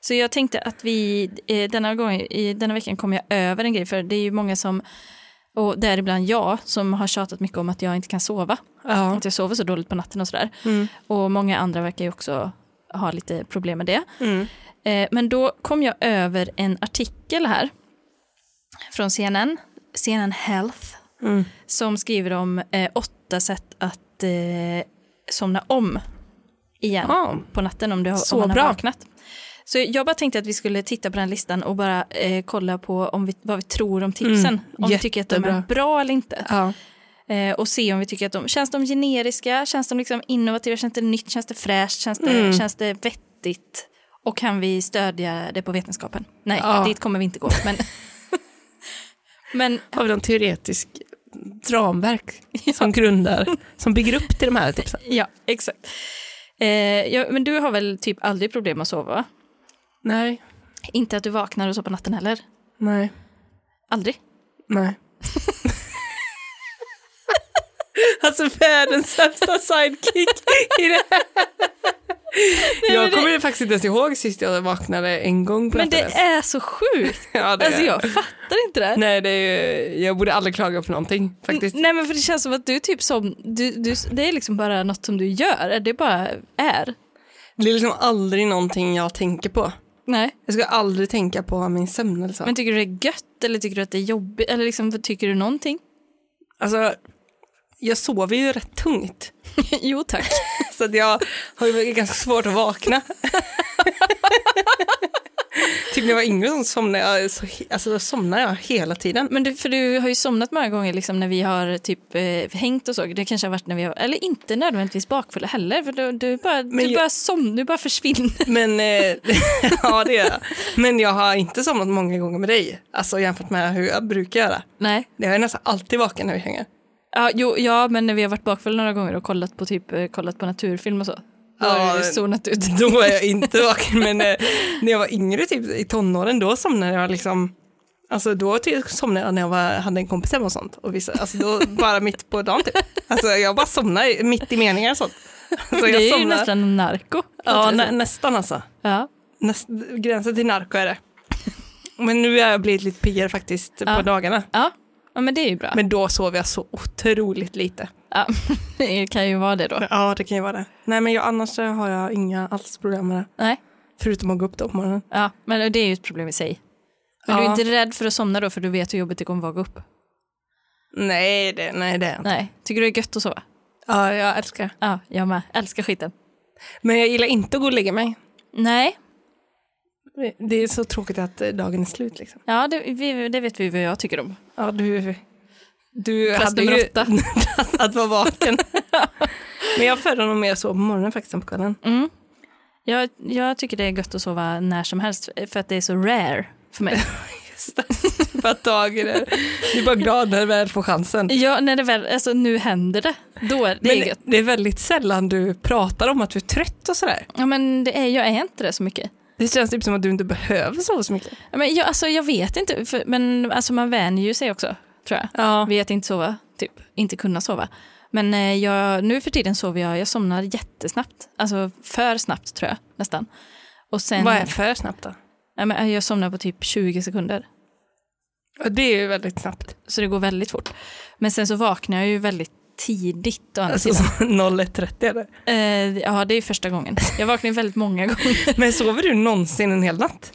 Så jag tänkte att vi eh, denna, gång, i, denna veckan kommer jag över en grej. För det är ju många som, och däribland jag, som har tjatat mycket om att jag inte kan sova. Ja. Att jag sover så dåligt på natten och sådär. Mm. Och många andra verkar ju också ha lite problem med det. Mm. Eh, Men då kom jag över en artikel här från CNN, CNN Health, Mm. som skriver om eh, åtta sätt att eh, somna om igen Ja. på natten om, du har, Så om man bra. har vaknat. Så jag bara tänkte att vi skulle titta på den listan och bara eh, kolla på om vi, vad vi tror om tipsen. Mm, om vi tycker att de är jättebra. bra eller inte. Ja. Eh, och se om vi tycker att de, känns de generiska, känns de liksom innovativa, känns det nytt, känns det fräscht, känns det, Mm. känns det vettigt? Och kan vi stödja det på vetenskapen? Nej, Ja. dit kommer vi inte gå. Men, men Har vi någon teoretisk ramverk som grundar, som bygger upp till de här tipsen? ja, exakt. Eh, ja, men du har väl typ aldrig problem att sova? va? Nej, Inte att du vaknar och så på natten heller? nej, Aldrig? nej. alltså världens sämsta sidekick i det här. men jag det- kommer faktiskt inte ens ihåg sist jag vaknade en gång på Men det natten. är så sjukt. Ja, det är- Alltså jag fattar inte det. Nej, det är ju... jag borde aldrig klaga på någonting faktiskt. Nej men för det känns som att du typ som, du, du, det är liksom bara något som du gör, det bara är. Det är liksom aldrig någonting jag tänker på. Nej. Jag ska aldrig tänka på min sömn eller så. Men tycker du det är gött eller tycker du att det är jobbigt eller liksom tycker du någonting? Alltså, jag sover ju rätt tungt. jo tack. Så att jag har ju ganska svårt att vakna. typ när jag var yngre så somnade jag, så, he- alltså, då somnade jag hela tiden. Men du, för du har ju somnat många gånger liksom när vi har typ eh, hängt och så. Det kanske har varit när vi har, eller inte nödvändigtvis bakfulla heller för du, du bara, du jag- bara som, du bara försvinner. Men, eh, ja, det gör jag. Men jag har inte somnat många gånger med dig, alltså jämfört med hur jag brukar göra. Nej. Jag är nästan alltid vaken när vi hänger. Ja, jo, ja, men när vi har varit bakfulla några gånger och kollat på typ eh, kollat på naturfilm och så. Då har Ja, det zonat ut. Då var jag inte vaken, men eh, när jag var yngre, typ i tonåren, då somnade jag liksom Alltså då ty- somnade jag när jag var, hade en kompis hemma och sånt. Och vissa, alltså då bara mitt på dagen typ. Alltså jag bara somnade i- mitt i meningar och sånt. Alltså, det jag är ju somnar- nästan narko. Ja, nä, nästan alltså. ja. Näst, gränsen till narko är det. Men nu har jag blivit lite piggare faktiskt Ja. på dagarna. Ja. ja, men det är ju bra. Men då sov jag så otroligt lite. Ja. det kan ju vara det då. Ja, det kan ju vara det. Nej, men jag, annars så har jag inga alls problem med det. Nej. Förutom att gå upp då på morgonen. Ja, men det är ju ett problem i sig. Men du är Ja. inte rädd för att somna då för du vet hur jobbigt det kommer vara att gå upp? Nej, det, nej, det är jag inte. Nej. Tycker du det är gött att sova? Ja, jag älskar det. Ja, jag med. Älskar skiten. Men jag gillar inte att gå och lägga mig. Nej, Det- Det är så tråkigt att eh, dagen är slut liksom. ja, det, vi, det vet vi vad jag tycker om. Ja, du... Du Plats hade nummer ju åtta. att vara vaken. men jag föredrar nog mer så på morgonen faktiskt än på kvällen. Jag, jag tycker det är gött att sova när som helst för att det är så rare för mig. För att dagen är... Du är bara glad när du väl får chansen. ja, när det väl, alltså nu händer det. Då är det är Men gött. det är väldigt sällan du pratar om att du är trött och sådär. Ja, men det är, jag är inte det så mycket. Det känns typ som att du inte behöver sova så mycket. Ja, Men jag, alltså, jag vet inte, för, men alltså, man vänjer ju sig också tror jag. Ja. Vet inte sova, typ. Inte kunna sova. Men eh, jag, nu för tiden sover jag, jag somnar jättesnabbt. Alltså för snabbt tror jag nästan. Och sen, Vad är för snabbt då? ja, men, jag somnar på typ 20 sekunder. Ja, Det är ju väldigt snabbt. Så det går väldigt fort. Men sen så vaknar jag ju väldigt tidigt. Och Alltså så 01.30 är det. eh, ja, det är ju första gången. Jag vaknar ju väldigt många gånger. Men sover du någonsin en hel natt?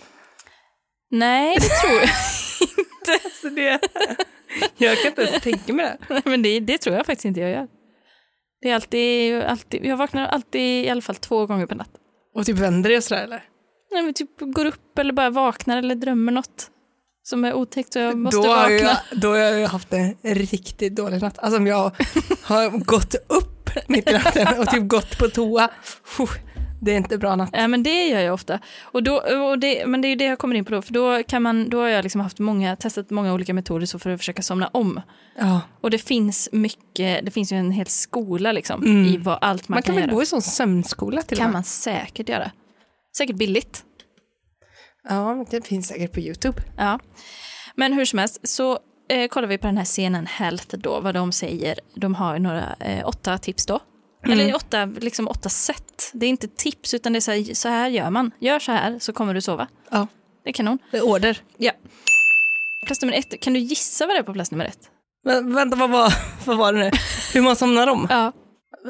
Nej, det tror jag. Alltså det, jag kan inte ens tänka mig det. Nej, Men det, det tror jag faktiskt inte jag gör. Det är alltid, alltid, jag vaknar alltid i alla fall två gånger per natt. Och typ vänder det sådär eller? Nej, men typ går upp eller bara vaknar eller drömmer något som är otäckt och jag måste då, har vakna. jag, då har jag ju haft en riktigt dålig natt. Alltså om jag har gått upp mitt i natten och typ gått på toa. Puh, Det är inte bra natt. Ja, men det gör jag ofta. Och då, och det, men det är ju det jag kommer in på då, för då, kan man, då har jag liksom haft många, testat många olika metoder så för att försöka somna om. Ja. Och det finns mycket, det finns ju en hel skola liksom Mm. i vad allt man, Man kan väl göra. gå i sån sömnskola till och kan med? man säkert göra. Säkert billigt. Ja, men det finns säkert på YouTube. Ja. Men hur som helst så eh, kollar vi på den här scenen Health då, vad de säger. De har ju några, eh, åtta tips då. Mm. Eller åtta, liksom åtta sätt. Det är inte tips utan det är så här, så här gör man. Gör så här så kommer du sova. Ja, Det är kanon. det är order. Ja. Plats nummer ett, kan du gissa vad det är på plats nummer ett? Men, vänta, vad var, vad var det nu? Hur man somnar om? Ja.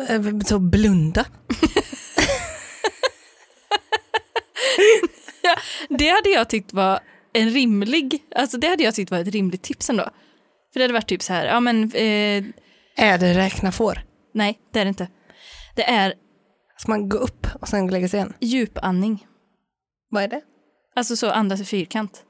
Eh, Så blunda. Det hade jag tyckt var en rimlig, alltså det hade jag tyckt var ett rimligt tips ändå. För det hade varit typ så här, ja men eh, Är det räkna får? nej det är det inte. Det är Ska man gå upp och sen gå och lägga sig igen? djupandning. Vad är det? Alltså så andas i fyrkant.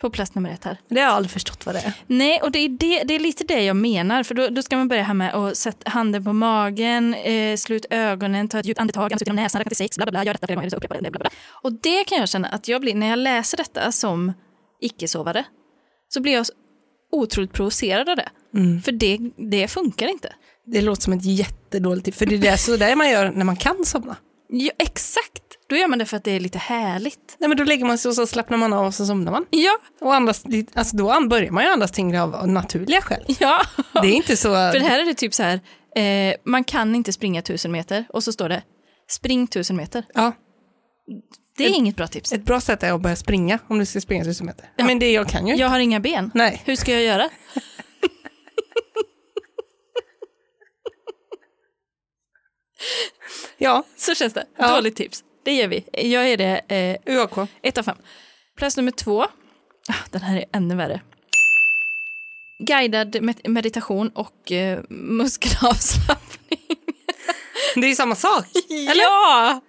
På plats nummer ett här. Det har jag aldrig förstått vad det är. Nej, och det är, det, det är lite det jag menar. För då, då ska man börja här med att sätta handen på magen, eh, slut ögonen, ta ett djupt andetag, andas ut genom näsan, räkna till sex, bla bla bla, gör detta flera gånger, så upprepa det, bla bla bla. Och det kan jag känna att jag blir, när jag läser detta som icke-sovare, så blir jag så otroligt provocerad av det. För det, det funkar inte. Det låter som ett jättedåligt tips, för det är det så där man gör när man kan somna. Ja, exakt! Då gör man det för att det är lite härligt. Nej, men då lägger man sig och så slappnar man av och så somnar man. Ja, Och andas, lite- alltså då an- börjar man ju andas tyngre av naturliga skäl. ja. Det är inte så... För här är det typ så här, eh, man kan inte springa tusen meter och så står det Spring 1000 meter. Ja, Det är inget bra tips. ett bra sätt är att börja springa om du ska springa tusen meter. Men det jag kan ju inte. Jag har inga ben. Nej. Hur ska jag göra? Ja, Så känns det. Ja. Dåligt tips. Det gör vi. Jag är det eh, UAK. Ett av fem. Plats nummer två. Ah, Den här är ännu värre. Guidad med- meditation och eh, muskelavslappning. Det är ju samma sak. Ja!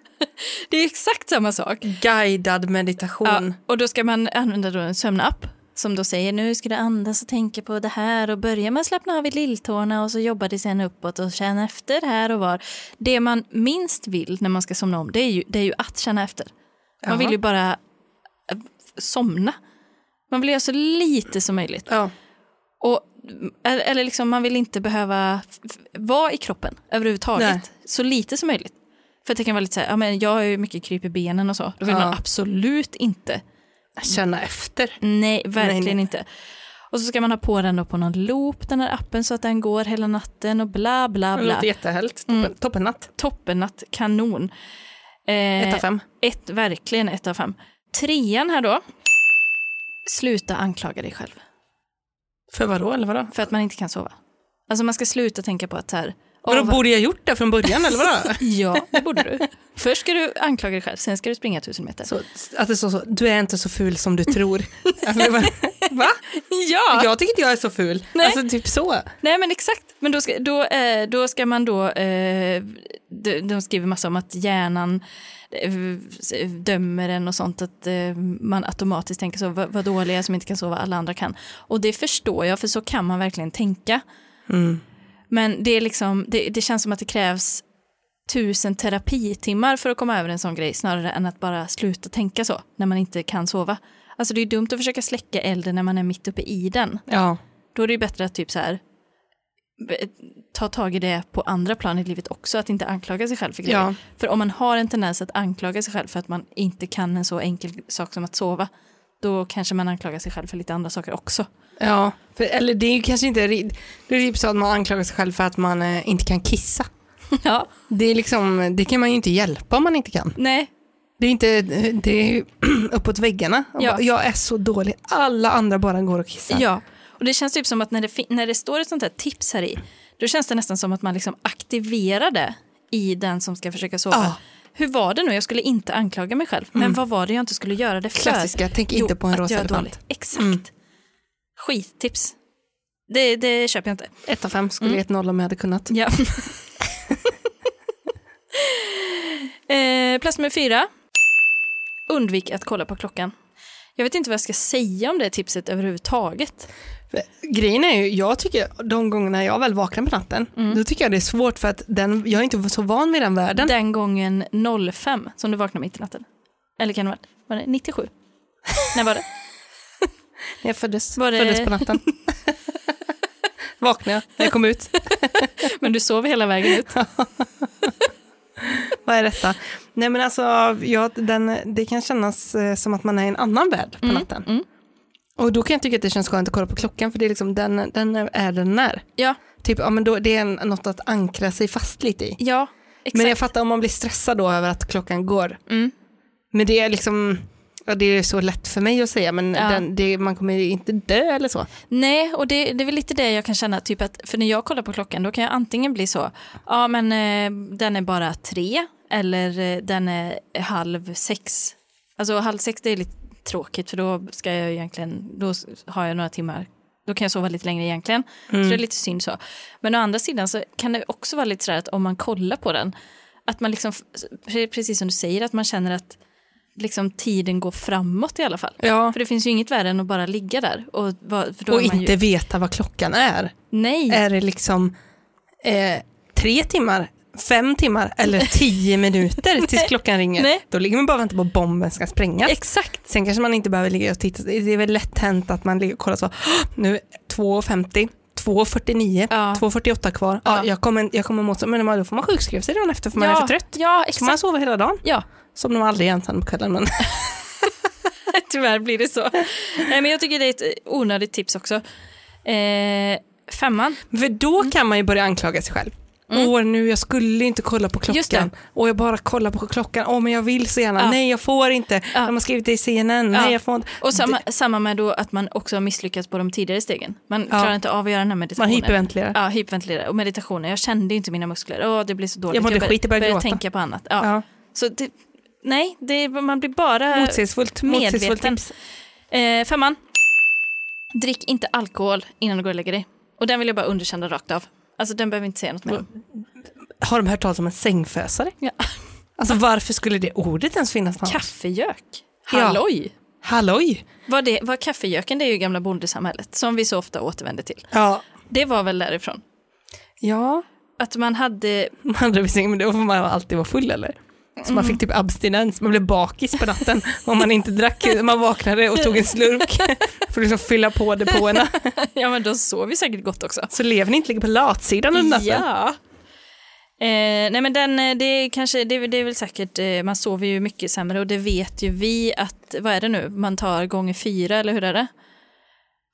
Det är exakt samma sak. Guidad meditation. Ja, och då ska man använda då en sömnapp som då säger nu ska du andas och tänka på det här och börja med att slappna av i lilltårna och så jobbar det sen uppåt och känna efter här och var. Det man minst vill när man ska somna om det är ju, det är ju att känna efter. Man Ja. vill ju bara eh, somna. Man vill göra så lite som möjligt. Ja. Och, eller- eller liksom, man vill inte behöva f- f- vara i kroppen överhuvudtaget. Nej. Så lite som möjligt. För att det kan vara lite så här, ja, men jag har ju mycket kryp i benen och så. Då vill Ja. man absolut inte. Känna efter. Nej, verkligen Nej, nej. inte. Och så ska man ha på den då på någon loop, den här appen, så att den går hela natten och bla bla Det bla. låter jättehärligt. Toppen, Mm. Toppennatt. Toppennatt, kanon. Eh, Ett av fem. Ett, verkligen ett av fem. Trean här då. Sluta anklaga dig själv. För vadå eller vadå? För att man inte kan sova. Alltså man ska sluta tänka på att så här... åh, Vadå, vad- borde jag gjort det från början eller vadå? Ja, det borde du. Först ska du anklaga dig själv, sen ska du springa tusen meter. Så, att det står så, du är inte så ful som du tror. Alltså, det var- va? Ja! Jag tycker inte jag är så ful. Nej. Alltså typ så. Nej men exakt, men då ska, då, eh, då ska man då, eh, de, de skriver massa om att hjärnan eh, dömer en och sånt, att eh, man automatiskt tänker så, vad, vad dåliga som inte kan sova, alla andra kan. Och det förstår jag, för så kan man verkligen tänka. Men det är liksom, det, det känns som att det krävs tusen terapitimmar för att komma över en sån grej snarare än att bara sluta tänka så när man inte kan sova. Alltså det är ju dumt att försöka släcka elden när man är mitt uppe i den. Ja. Då är det ju bättre att typ så här b- ta tag i det på andra plan i livet också, att inte anklaga sig själv för grejer. Ja. För om man har en tendens att anklaga sig själv för att man inte kan en så enkel sak som att sova, då kanske man anklagar sig själv för lite andra saker också. ja. För, eller det är ju kanske inte, ri- det är typ så att man anklagar sig själv för att man eh, inte kan kissa. Ja, Det, är liksom, det kan man ju inte hjälpa om man inte kan. nej, Det är, inte, det är ju uppåt väggarna. Och Ja. bara, Jag är så dålig, alla andra bara går och kissar. ja. Och det känns typ som att när det, fin- när det står ett sånt här tips här i, då känns det nästan som att man liksom aktiverar det i den som ska försöka sova. Ja. Mm. Hur var det nu? Jag skulle inte anklaga mig själv, men vad var det jag inte skulle göra det för? Klassiska, tänk inte på en att rosa jag är elefant. Mm. dålig. Exakt. Skittips. Det, det köper jag inte. Ett av fem skulle mm. gett noll om jag hade kunnat. Ja. eh, plats nummer fyra. Undvik att kolla på klockan. Jag vet inte vad jag ska säga om det tipset överhuvudtaget. Grejen är ju, jag tycker de gångerna jag väl vaknar på natten, då tycker jag det är svårt för att den, jag är inte så van vid den världen. Mm. Den, gången 05 som du vaknade mitt i natten. Eller kan det ha varit? Var det 97? När var det? När jag föddes, Var det- föddes på natten. Vaknade jag när jag kom ut. Men du sov hela vägen ut. Vad är detta? Nej men alltså, ja, den, det kan kännas eh, som att man är i en annan värld Mm, på natten. Och då kan jag tycka att det känns skönt att kolla på klockan för det är liksom, den, den är den när. Ja, Typ, ja, men då, det är en, något att ankra sig fast lite i. ja, exakt. Men jag fattar om man blir stressad då över att klockan går. Mm. Men det är liksom, ja, det är så lätt för mig att säga, men Ja. den, det, man kommer ju inte dö eller så. Nej, och det, det är väl lite det jag kan känna, typ att, för när jag kollar på klockan då kan jag antingen bli så, ja men eh, den är bara tre eller eh, den är halv sex. Alltså halv sex det är lite tråkigt för då ska jag ju egentligen, då s- har jag några timmar, då kan jag sova lite längre egentligen. Så det är lite synd så. Men å andra sidan så kan det också vara lite sådär att om man kollar på den, att man liksom, f- precis som du säger, att man känner att liksom tiden går framåt i alla fall. Ja. För det finns ju inget värre än att bara ligga där. Och, va- för då Och är man inte Ju, veta vad klockan är. nej, Är det liksom eh, tre timmar, fem timmar eller tio minuter tills klockan ringer? Nej. Då ligger man bara och väntar på att bomben ska sprängas. exakt. Sen kanske man inte behöver ligga och titta. Det är väl lätt hänt att man ligger och kollar så. "Åh, Nu är 2.50, 2.49, Ja. 2.48 kvar. Ja. Ja. jag, kommer, jag kommer mot Men då får man sjukskriva sig dagen efter för man ja, är för trött. Ja, Så exakt. man sover hela dagen. Ja, Somnar man aldrig ensam på kvällen. Men tyvärr blir det så. Nej, men jag tycker det är ett eh, onödigt tips också. Eh, femman. Mm. för då kan man ju börja anklaga sig själv. Åh nu, jag skulle inte kolla på Just det. klockan. Och jag bara kollar på klockan. Åh men jag vill så gärna. Ja. Nej jag får inte. De har skrivit det i CNN. Ja. Nej jag får inte. Och samma, samma med då att man också har misslyckats på de tidigare stegen. Man klarar inte av att göra den här Man meditationen. hyperventilerar. Ja, hyperventilera och meditationen. Jag kände ju inte mina muskler. Åh, det blir så dåligt. Jag mådde bör- skit, jag började gråta. tänka på annat. Ja. Ja. Så det, nej, det, man blir bara Motsägelsefullt. Motsägelsefullt medveten. tips. Eh, femman. Drick inte alkohol innan du går och lägger dig. Och den vill jag bara underkänna rakt av. Alltså den behöver vi inte säga något mer om. Har de hört talas om en sängfösare? Ja. Alltså varför skulle det ordet ens finnas? någonstans? Kaffejök. Ja. Halloj! Halloj! Var, det, var kaffejöken, det är ju gamla bondesamhället som vi så ofta återvänder till. Ja. Det var väl därifrån. Ja, Att man hade man hade väl säng, men då får man alltid vara full eller? Så Mm. man fick typ abstinens, man blev bakis på natten om man inte drack, man vaknade och tog en slurk för att liksom fylla på depåerna. Ja, men då sov vi säkert gott också. Så levern inte ligger på latsidan under natten. Ja. Eh, nej men den, eh, det är kanske, det, är- det är väl säkert, eh, man sover ju mycket sämre och det vet ju vi att, vad är det nu, man tar gånger fyra eller hur är det?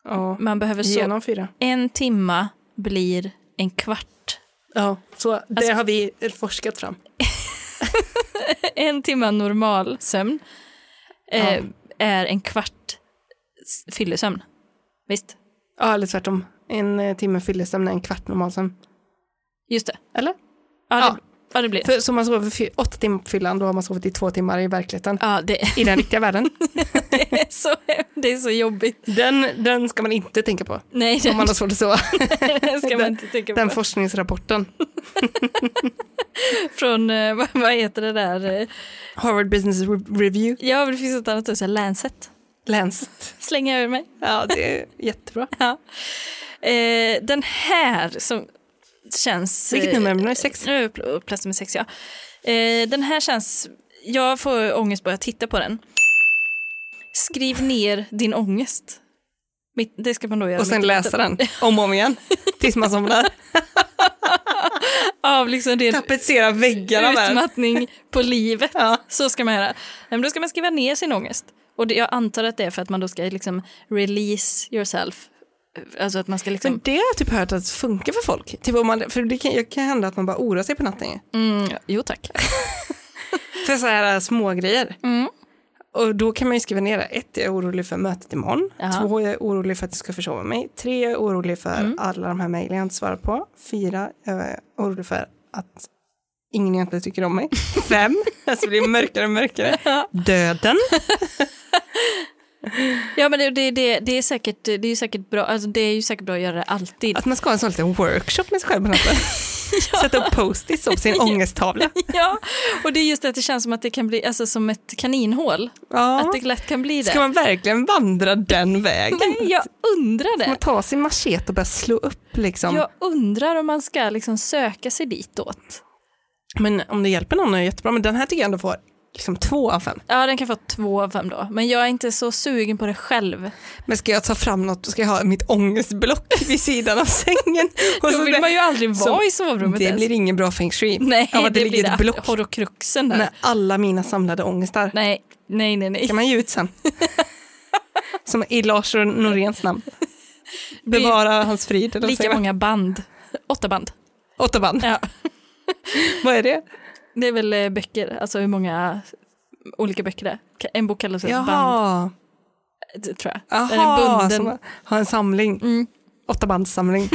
Ja. Man behöver sova, Genom fyra. en timma blir en kvart. Ja, så det Alltså- har vi forskat fram. En timma normal sömn eh, Ja. är en kvart s- fyllesömn. Visst? Ja, eller tvärtom. En eh, timme fyllesömn är en kvart normalsömn. Just det. Eller? Ja, Ja. det, ja, det blir det. För, så om man sover fy- åtta timmar på fyllan, då har man sovit i två timmar i verkligheten. Ja, det I den riktiga världen. är, så, det är så jobbigt. Den, den ska man inte tänka på. Nej, det, Om man har svårt att sova. det ska man den- inte tänka på. Den forskningsrapporten. Från, eh, vad, vad heter det där? Eh, Harvard Business Re- Review. Ja, men det finns ett annat ord, så här, Lancet. Länsigt. Slänga över mig. Ja, det är jättebra. Ja. Eh, den här som känns... Vilket eh, nummer är det? Nummer sex? Nu är jag pl- plats nummer sex, ja. Eh, den här känns... Jag får ångest bara jag tittar på den. Skriv ner din ångest. Mitt, det ska man då göra. Och sen mitt i natten. läsa den om och om igen tills man somnar. Av liksom ren Tapetsera väggarna med den. utmattning på livet. Ja. Så ska man göra. Nej, Men då ska man skriva ner sin ångest. Och det, jag antar att det är för att man då ska liksom release yourself. Alltså att man ska liksom... Men det har jag typ hört att funkar för folk. Typ om man, för det kan, det kan hända att man bara oroar sig på natten. Mm, jo tack. För så här äh, små grejer. Mm. Och då kan man ju skriva ner det. Ett, jag är orolig för mötet imorgon. Jaha. Två, jag är orolig för att jag ska försova mig. Tre, jag är orolig för Mm. alla de här mejlen jag inte svarar på. Fyra, jag är orolig för att ingen egentligen tycker om mig. Fem, alltså det blir mörkare och mörkare. Döden. Ja men det, det, det, det, är säkert, det är ju säkert bra, alltså det är ju säkert bra att göra det alltid. Att man ska ha en sån liten workshop med sig själv på natten. Sätta upp post-its på sin ångesttavla. Ja, och det är just det att det känns som att det kan bli, alltså som ett kaninhål. Att Ja. det lätt kan bli det. Ska man verkligen vandra den vägen? Nej, jag undrar Ska man det. ta sin machete och börja slå upp liksom? Jag undrar om man ska liksom söka sig ditåt. Men om det hjälper någon är det jättebra. Men den här tycker jag ändå får liksom två av fem. Ja, den kan få två av fem då. Men jag är inte så sugen på det själv. Men ska jag ta fram något, ska jag ha mitt ångestblock vid sidan av sängen? Då Och så vill där- man ju aldrig Så- vara i sovrummet det ens. blir ingen bra feng shui. Nej, av att det, blir ligger ett block Horokruxen där. med alla mina samlade ångestar. Nej, nej, nej. nej. kan man ge ut sen. Som i Lars och Noréns namn. Bevara hans frid. Eller vad Lika säger man? många band. Åtta band. Åtta band. Ja. Vad är det? Det är väl eh, böcker, alltså hur många olika böcker det är. Ka- En bok kallas ett band, eh, tror jag. Den är Jaha, bunden. Mm. som har en samling. Åtta bandssamling.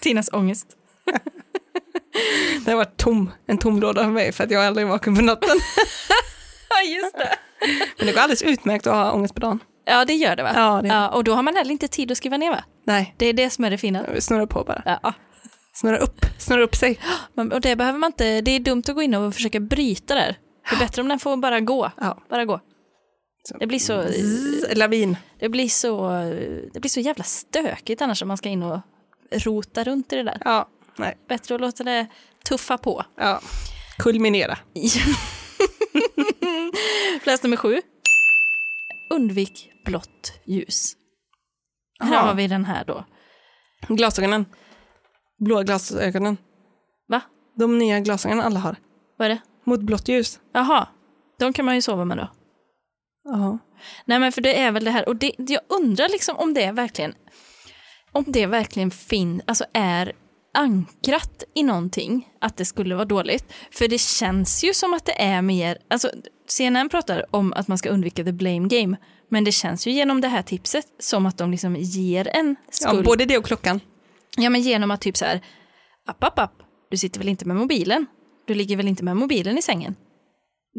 Tinas ångest. Det har varit tom, en tom låda för mig för att jag är aldrig vaken på natten. Ja, just det. Men det går alldeles utmärkt att ha ångest på dagen. Ja, det gör det va? Ja, det- ja, och då har man heller inte tid att skriva ner va? Nej, Det är det som är det fina. snurra på bara. Ja. Snurra upp, snurra upp sig. Man- Och det behöver man inte, det är dumt att gå in och försöka bryta där. Det är bättre om den får bara gå. Ja. Bara gå. Så- Det blir så, Zzz, Lavin. det blir så, det blir så jävla stökigt annars om man ska in och rota runt i det där. Ja, nej, Bättre att låta det tuffa på. ja. Kulminera. Plats nummer sju. Undvik blått ljus. Här Aha. har vi den här då. Glasögonen. Blåa glasögonen. Va? De nya glasögonen alla har. Vad är det? Mot blått ljus. Jaha, de kan man ju sova med då. Ja. Nej men för det är väl det här, och det, jag undrar liksom om det verkligen, om det verkligen fin, alltså är ankrat i någonting att det skulle vara dåligt. För det känns ju som att det är mer, alltså CNN pratar om att man ska undvika the blame game, men det känns ju genom det här tipset som att de liksom ger en skuld. Ja, både det och klockan. Ja, men genom att typ så här, app, app, app, du sitter väl inte med mobilen? Du ligger väl inte med mobilen i sängen?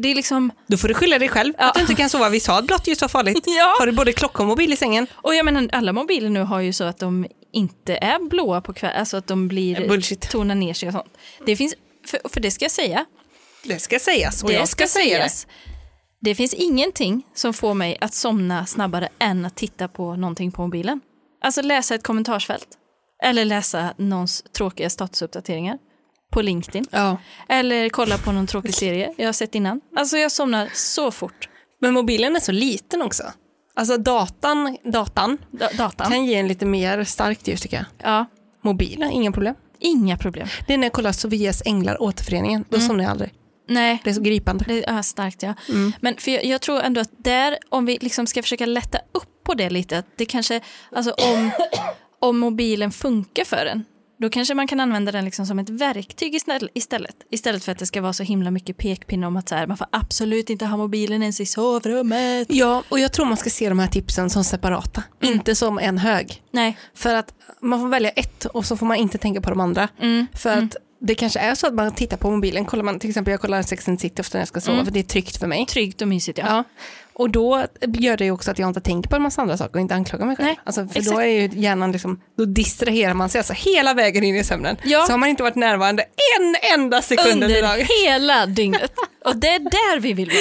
Det är liksom, Då får du skylla dig själv att du inte kan sova. Vi sa att blått ljus var farligt. Ja. Har du både klocka och mobil i sängen? och jag menar alla mobiler nu har ju så att de inte är blåa på kvällen, alltså att de blir, Bullshit. tonar ner sig och sånt. Det finns, för, för det ska jag säga, Det ska sägas och det jag ska säga det. sägas. Det finns ingenting som får mig att somna snabbare än att titta på någonting på mobilen. Alltså läsa ett kommentarsfält. Eller läsa någons tråkiga statusuppdateringar på LinkedIn. Ja. Eller kolla på någon tråkig serie jag har sett innan. Alltså jag somnar så fort. Men mobilen är så liten också. Alltså datan, datan Da- datan. kan ge en lite mer starkt ljus tycker jag. Ja, Mobilen, inga problem. inga problem. Det är när jag kollar Sofias änglar, återföreningen, då somnar jag aldrig. Nej, Det är så gripande. det är starkt ja. Men för jag, jag tror ändå att där, om vi liksom ska försöka lätta upp på det lite, att det kanske, alltså om, om mobilen funkar för en, då kanske man kan använda den liksom som ett verktyg istället- istället. Istället för att det ska vara så himla mycket pekpinne om att så här, man får absolut inte ha mobilen ens i sovrummet. Ja, och jag tror man ska se de här tipsen som separata, inte som en hög. Nej, För att man får välja ett och så får man inte tänka på de andra. Mm. För att det kanske är så att man tittar på mobilen, kollar man, till exempel jag kollar Sex and the City ofta när jag ska sova för det är tryggt för mig. tryggt och mysigt ja. Mm. Ja. Och då gör det ju också att jag inte tänker på en massa andra saker och inte anklagar mig själv. Nej, alltså, för exakt. då är ju hjärnan liksom, då distraherar man sig alltså hela vägen in i sömnen. Ja. Så har man inte varit närvarande en enda sekund under Under dagen. hela dygnet. Och det är där vi vill vara.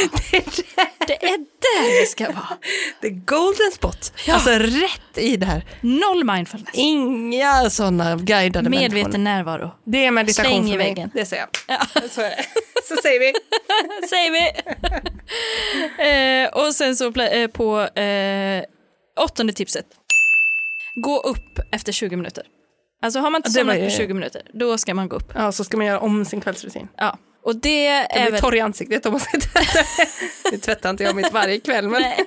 Det är där vi ska vara. The golden spot. Alltså rätt i det här. Noll mindfulness. Inga sådana guidade människor. Medveten närvaro. Det är meditation Släng i för mig. väggen. Det säger jag. Så, är det. så säger vi. Säger vi. eh, och sen så pla- eh, på eh, åttonde tipset. Gå upp efter 20 minuter. Alltså har man inte Det var somnat på ju- 20 minuter, då ska man gå upp. Ja, så ska man göra om sin kvällsrutin. Ja. Och det är Jag väl... blir torr i ansiktet om man ska tvätta. Nu tvättar inte jag mitt varje kväll. Men... Nej.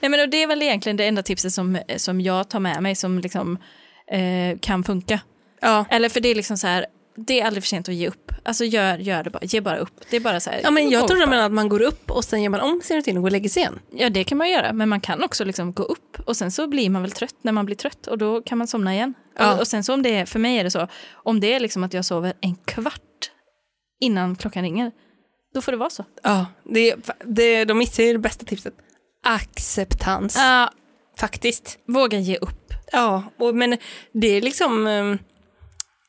Nej, men och det är väl egentligen det enda tipset som, som jag tar med mig som liksom, eh, kan funka. Ja. Eller för det är liksom så här, det är aldrig för sent att ge upp. Alltså gör, gör det bara, ge bara upp. Det är bara så här. Ja, men jag gå tror upp de bara. menar att man går upp och sen gör man om sin rutin och går och lägger sig igen. Ja det kan man göra, men man kan också liksom gå upp och sen så blir man väl trött när man blir trött och då kan man somna igen. Ja. Och, och sen så om det är, för mig är det så, om det är liksom att jag sover en kvart innan klockan ringer, då får det vara så. Ja, det, det, de missar ju det bästa tipset. Acceptans, Ja, faktiskt. våga ge upp. Ja, och, men det är liksom... eh,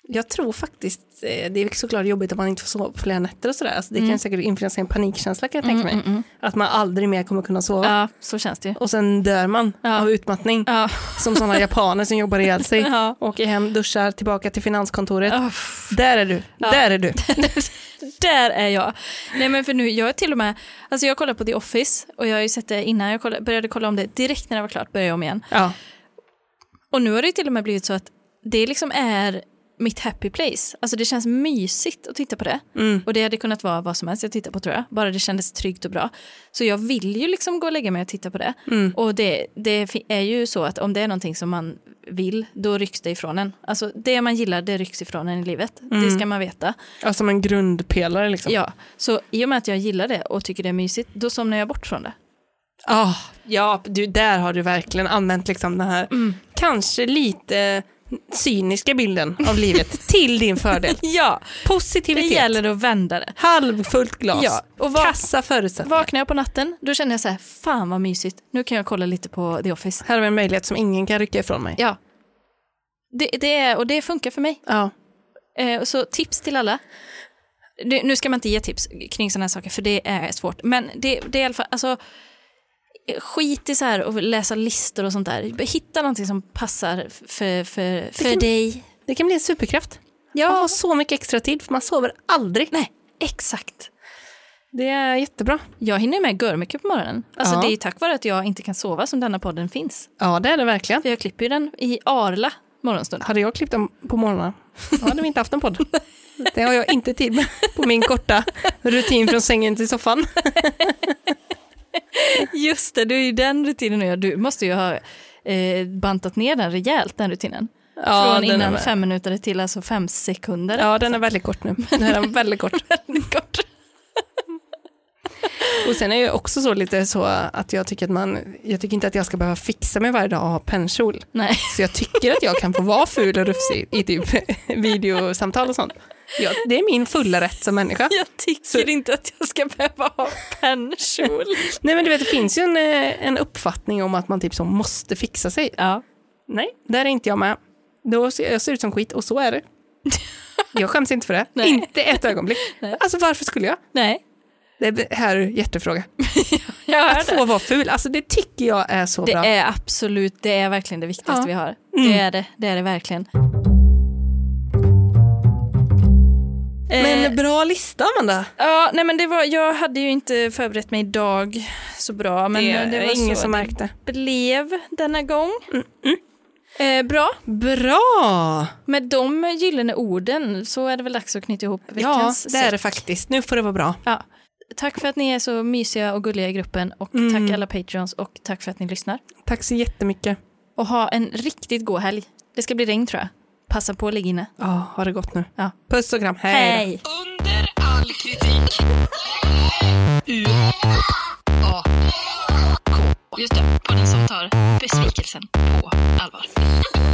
Jag tror faktiskt, eh, det är såklart jobbigt att man inte får sova på flera nätter och sådär. Alltså det Mm. kan säkert influensa en panikkänsla kan jag tänka mig. Att man aldrig mer kommer kunna sova. Ja, så känns det ju. Och sen dör man Ja. av utmattning. Ja. Som sådana japaner som jobbar ihjäl sig. Ja. Åker hem, duschar, tillbaka till finanskontoret. Uff. Där är du, där är du. Där är jag. Nej men för nu, jag är till och med, alltså jag kollar på The Office och jag har ju sett det innan, jag kollade, började kolla om det direkt när det var klart, började jag om igen. Ja. Och nu har det ju till och med blivit så att det liksom är mitt happy place. Alltså det känns mysigt att titta på det. Mm, Och det hade kunnat vara vad som helst jag tittar på tror jag. Bara det kändes tryggt och bra. Så jag vill ju liksom gå och lägga mig och titta på det. mm. Och det, det fi- är ju så att om det är någonting som man vill, då rycks det ifrån en. Alltså det man gillar, det rycks ifrån en i livet. Det ska man veta. ja, som en grundpelare liksom. Ja, Mm. så i och med att jag gillar det och tycker det är mysigt, då somnar jag bort från det. Ah, ja, du, där har du verkligen använt liksom den här Mm. kanske lite cyniska bilden av livet till din fördel. Ja, det Positivitet, gäller att vända det. halvfullt glas, Ja, och och vad- kassa förutsättningar. Vaknar jag på natten, då känner jag så här, fan vad mysigt, nu kan jag kolla lite på The Office. Här har vi en möjlighet som ingen kan rycka ifrån mig. Ja. Det, det är, och det funkar för mig. Ja. Eh, så tips till alla. Det, nu ska man inte ge tips kring sådana här saker, för det är svårt. Men det, det är i alla fall, alltså, skit i så här och läsa listor och sånt där. Hitta någonting som passar för, för, för kan- dig. Det kan bli en superkraft. Ja. Man har så mycket extra tid för man sover aldrig. Nej, exakt. Det är jättebra. Jag hinner ju med gör mycket på morgonen. Alltså Ja. det är ju tack vare att jag inte kan sova som denna podden finns. Ja, det är det verkligen. För jag klipper ju den i Arla morgonstund. Hade jag klippt dem på morgonen, då hade vi inte haft en podd. Det har jag inte tid med på min korta rutin från sängen till soffan. Just det, det är ju den rutinen nu. Du måste ju ha eh, bantat ner den rejält, den rutinen. Ja, Från den är innan med. fem minuter till alltså fem sekunder. Ja, den är väldigt kort nu. Den är väldigt kort. Kort. Och sen är jag också så lite så att jag tycker att man, jag tycker inte att jag ska behöva fixa mig varje dag och ha pennkjol. Nej. Så jag tycker att jag kan få vara ful och rufsig i typ videosamtal och sånt. Ja, det är min fulla rätt som människa. Jag tycker inte att jag ska behöva ha pennkjol. Nej men du vet, det finns ju en, eh, en uppfattning om att man typ så måste fixa sig. Ja. Nej, där är inte jag med. Då ser jag ser ut som skit och så är det. Jag skäms inte för det. Nej. Inte ett ögonblick. Alltså varför skulle jag? Nej, Det är- här är hjärtefråga. jag hör Att det. få vara ful, alltså det tycker jag är så Det bra. är absolut, det är verkligen det viktigaste Ja. vi har. Det är det, det är det verkligen. Eh, Men bra lista Amanda. Ja, nej men det var, jag hade ju inte förberett mig idag så bra, men det, var ingen så som det märkte. blev denna gång. Eh, bra, Bra! med de gyllene orden så är det väl dags att knyta ihop Ja, veckans det är det säck. faktiskt. Nu får det Mm. vara bra. Ja. Tack för att ni är så mysiga och gulliga i gruppen och tack alla patreons och tack för att ni lyssnar. Tack så jättemycket. Och ha en riktigt god helg. Det ska bli regn tror jag. Passa på att ligga inne. Ja, ha det gott nu. Ja. Puss och kram, hej! Hej! Under all kritik. U A K. Just det, podden som tar besvikelsen på allvar.